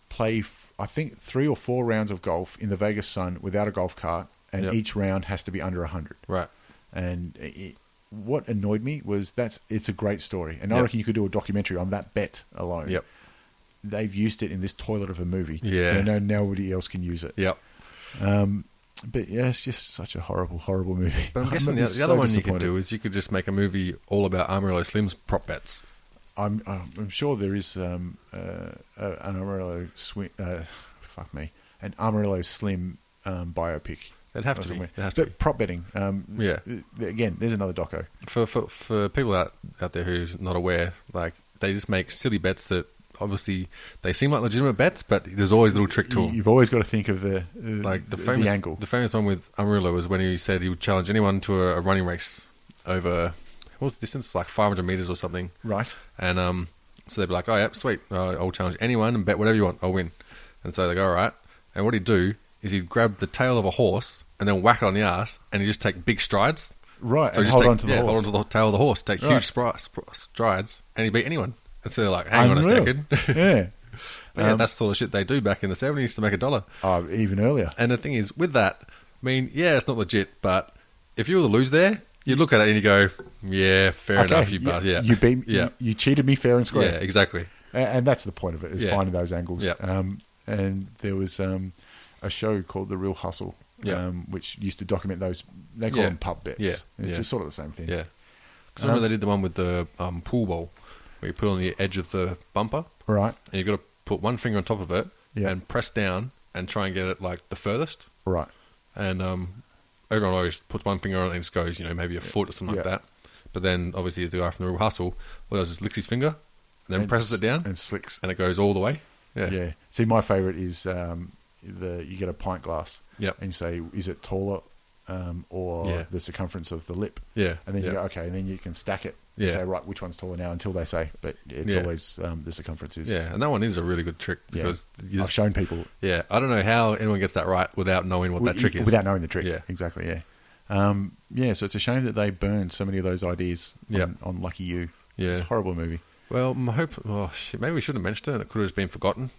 S3: play, f- I think, three or four rounds of golf in the Vegas sun without a golf cart, and
S4: Yep.
S3: each round has to be under hundred.
S4: Right.
S3: And it, what annoyed me was that's it's a great story, and I
S4: Yep.
S3: reckon you could do a documentary on that bet alone.
S4: Yep.
S3: They've used it in this toilet of a movie.
S4: Yeah.
S3: So now nobody else can use it.
S4: Yep.
S3: But yeah, it's just such a horrible, horrible movie. (laughs)
S4: But I'm guessing the,
S3: gonna
S4: the
S3: be
S4: other
S3: so
S4: one you could
S3: disappointed.
S4: do is you could just make a movie all about Amarillo Slim's prop bets.
S3: I'm I'm I'm sure there is um, uh, uh, an Amarillo swi uh, fuck me, an Amarillo Slim um, biopic.
S4: It'd have
S3: or
S4: to be.
S3: somewhere.
S4: It'd have to
S3: but
S4: be.
S3: prop betting. Um,
S4: Yeah.
S3: th- Again, there's another doco.
S4: For, for for people out out there who's not aware, like they just make silly bets that obviously they seem like legitimate bets, but there's always a little trick to
S3: You,
S4: them.
S3: you've always got to think of the uh,
S4: like the famous
S3: angle.
S4: the famous one with Amarillo was when he said he would challenge anyone to a, a running race over what was the distance like 500 meters or something,
S3: right.
S4: and um, so they'd be like, "Oh yeah, sweet, uh, I'll challenge anyone and bet whatever you want, I'll win." And so they go, "All right." And what he'd do is he'd grab the tail of a horse and then whack it on the ass, and he'd just take big strides.
S3: Right,
S4: So
S3: and
S4: he'd just
S3: hold
S4: take-
S3: on to the
S4: yeah,
S3: horse.
S4: hold on to the tail of the horse, take
S3: Right.
S4: huge spri- spr- strides, and he beat anyone. And so they're like, "Hang on a
S3: Unreal. Um,
S4: second. (laughs)
S3: yeah. (laughs)
S4: But yeah, that's the sort of shit they do back in the seventies to make a dollar.
S3: Oh, even earlier.
S4: And the thing is, with that, I mean, yeah, it's not legit, but if you were to lose there, you look at it and you go, yeah, fair enough, you bastard. Yeah,
S3: You beat.
S4: yeah,
S3: You, you cheated me fair and
S4: yeah,
S3: square.
S4: exactly.
S3: A- and that's the point of it is
S4: Yeah.
S3: finding those angles.
S4: Yeah.
S3: Um, and there was um, a show called The Real Hustle,
S4: Yeah.
S3: um, which used to document those. They call
S4: Yeah.
S3: them pub bets.
S4: Yeah,
S3: It's
S4: yeah.
S3: just sort of the same thing.
S4: Yeah.
S3: Um,
S4: Because remember they did the one with the um, pool ball where you put it on the edge of the bumper
S3: Right.
S4: and you've got to put one finger on top of it
S3: Yeah.
S4: and press down and try and get it like the furthest.
S3: Right.
S4: And um, everyone always puts one finger on it and just goes, you know, maybe a foot or something like
S3: Yeah.
S4: that. But then obviously the guy from the Real Hustle, well, does just licks his finger and then
S3: And
S4: presses it down
S3: and slicks.
S4: and it goes all the way. Yeah.
S3: yeah. See, my favorite is um, the you get a pint glass.
S4: Yep.
S3: And you say, is it taller um, or
S4: Yeah.
S3: the circumference of the lip?
S4: Yeah,
S3: And then you
S4: yeah.
S3: go, okay, and then you can stack it.
S4: Yeah.
S3: And say, right, which one's taller now? Until they say, but it's
S4: Yeah.
S3: always um, the circumference is.
S4: Yeah, and that one is a really good trick
S3: Yeah.
S4: because you
S3: I've
S4: just-
S3: shown people
S4: Yeah, I don't know how anyone gets that right without knowing what that
S3: wi-
S4: trick is.
S3: without knowing the trick.
S4: Yeah.
S3: exactly. Yeah, um, yeah. So it's a shame that they burned so many of those ideas on,
S4: Yeah.
S3: on Lucky You.
S4: Yeah.
S3: it's a horrible movie.
S4: Well, my hope. Oh shit! Maybe we should have mentioned it. and It could have just been forgotten.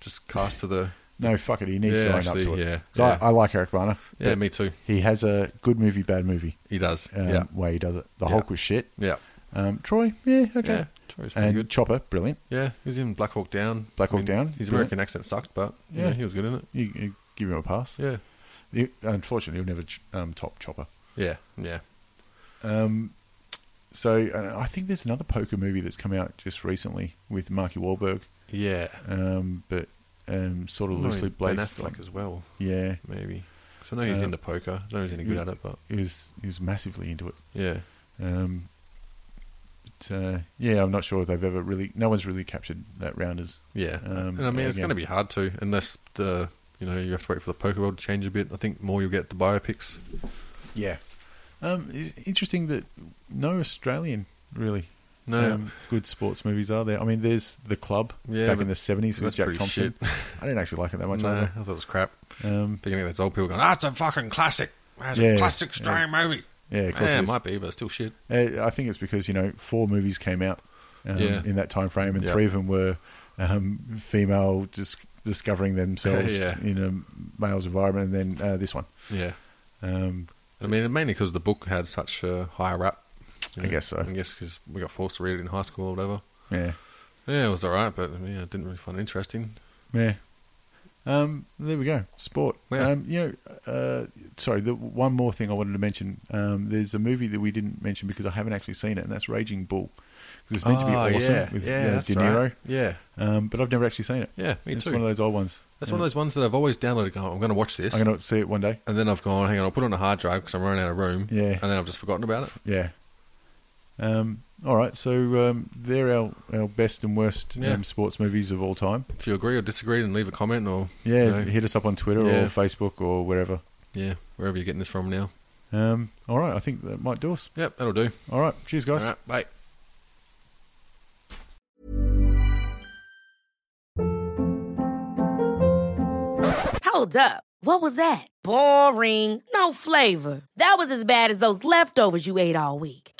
S4: Just cast to the.
S3: No, fuck it. He needs
S4: Yeah,
S3: to own
S4: actually,
S3: up to it.
S4: yeah,
S3: So
S4: yeah.
S3: I, I like Eric Bana.
S4: Yeah,
S3: but
S4: me too.
S3: He has a good movie, bad movie
S4: He does.
S3: um,
S4: yeah.
S3: way he does it. The
S4: Yeah.
S3: Hulk was shit.
S4: Yeah.
S3: Um, Troy, yeah, okay.
S4: Yeah, Troy's pretty
S3: and
S4: good.
S3: Chopper, brilliant.
S4: Yeah. He was in Black Hawk Down.
S3: Black Hawk Down, brilliant.
S4: His American accent sucked, but yeah,
S3: Yeah.
S4: he was good in it.
S3: You, you give him a pass.
S4: Yeah.
S3: You- unfortunately, he'll never ch- um, top Chopper. Um,
S4: Yeah. Yeah.
S3: So uh, I think there's another poker movie that's come out just recently with Marky Wahlberg,
S4: Yeah.
S3: um, but um, sort of loosely
S4: Ben
S3: based.
S4: Affleck
S3: on-
S4: as well,
S3: Yeah,
S4: maybe. 'Cause I know he's
S3: Uh,
S4: into poker. I know he's any good at it, but
S3: he was he was massively into it.
S4: yeah.
S3: Um, but uh, yeah, I'm not sure if they've ever really. No one's really captured that round as
S4: Yeah,
S3: Um,
S4: and I mean it's
S3: again.
S4: going to be hard to unless the you know you have to wait for the poker world to change a bit. I think more you'll get the biopics.
S3: Yeah. Um, it's interesting that no Australian really
S4: No.
S3: um, good sports movies are there. I mean, there's The Club
S4: Yeah,
S3: back
S4: but
S3: in the 70s with
S4: that's
S3: Jack
S4: pretty
S3: Thompson.
S4: shit.
S3: I didn't actually like it that
S4: (laughs)
S3: much
S4: No, I
S3: either.
S4: thought it was crap.
S3: Um,
S4: But you know, there's old people going, "That's a fucking classic. That's
S3: Yeah,
S4: a classic
S3: yeah.
S4: Australian movie."
S3: Yeah, of course
S4: yeah,
S3: it
S4: it
S3: is.
S4: might be, but it's still shit.
S3: uh, I think it's because, you know, four movies came out um,
S4: Yeah.
S3: in that time frame and
S4: Yeah.
S3: three of them were um, female just discovering themselves
S4: (laughs) Yeah.
S3: in a male's environment and then uh, this one.
S4: Yeah,
S3: Um,
S4: I mean mainly because the book had such a high rap. you
S3: I guess so.
S4: I guess because we got forced to read it in high school or whatever.
S3: yeah.
S4: Yeah, it was all right, but yeah, I didn't really find it interesting.
S3: Yeah. Um, there we go. Sport.
S4: Yeah.
S3: Um, you know, uh, sorry. The one more thing I wanted to mention. Um, there's a movie that we didn't mention because I haven't actually seen it, and that's Raging Bull. 'Cause it's meant to be
S4: Ah,
S3: awesome
S4: yeah,
S3: with
S4: yeah,
S3: uh,
S4: that's
S3: De Niro,
S4: right. Yeah,
S3: um, but I've never actually seen it.
S4: Yeah, me
S3: it's
S4: too.
S3: one of those old ones.
S4: that's one of those ones that I've always downloaded. Going, I'm going to watch this.
S3: I'm going to see it one day.
S4: and then I've gone, hang on, I'll put it on a hard drive because I'm running out of room.
S3: Yeah.
S4: And then I've just forgotten about it.
S3: Yeah. Um, all right. So um, they're our, our best and worst
S4: Yeah.
S3: um, sports movies of all time.
S4: If you agree or disagree, then leave a comment or
S3: Yeah.
S4: you know,
S3: Hit us up on Twitter
S4: Yeah.
S3: or Facebook or wherever.
S4: yeah, wherever you're getting this from now.
S3: Um, all right. I think that might do us.
S4: Yep, that'll do.
S3: All right. Cheers,
S4: All
S3: guys.
S4: right, bye.
S5: Hold up. What was that? Boring. No flavor. That was as bad as those leftovers you ate all week.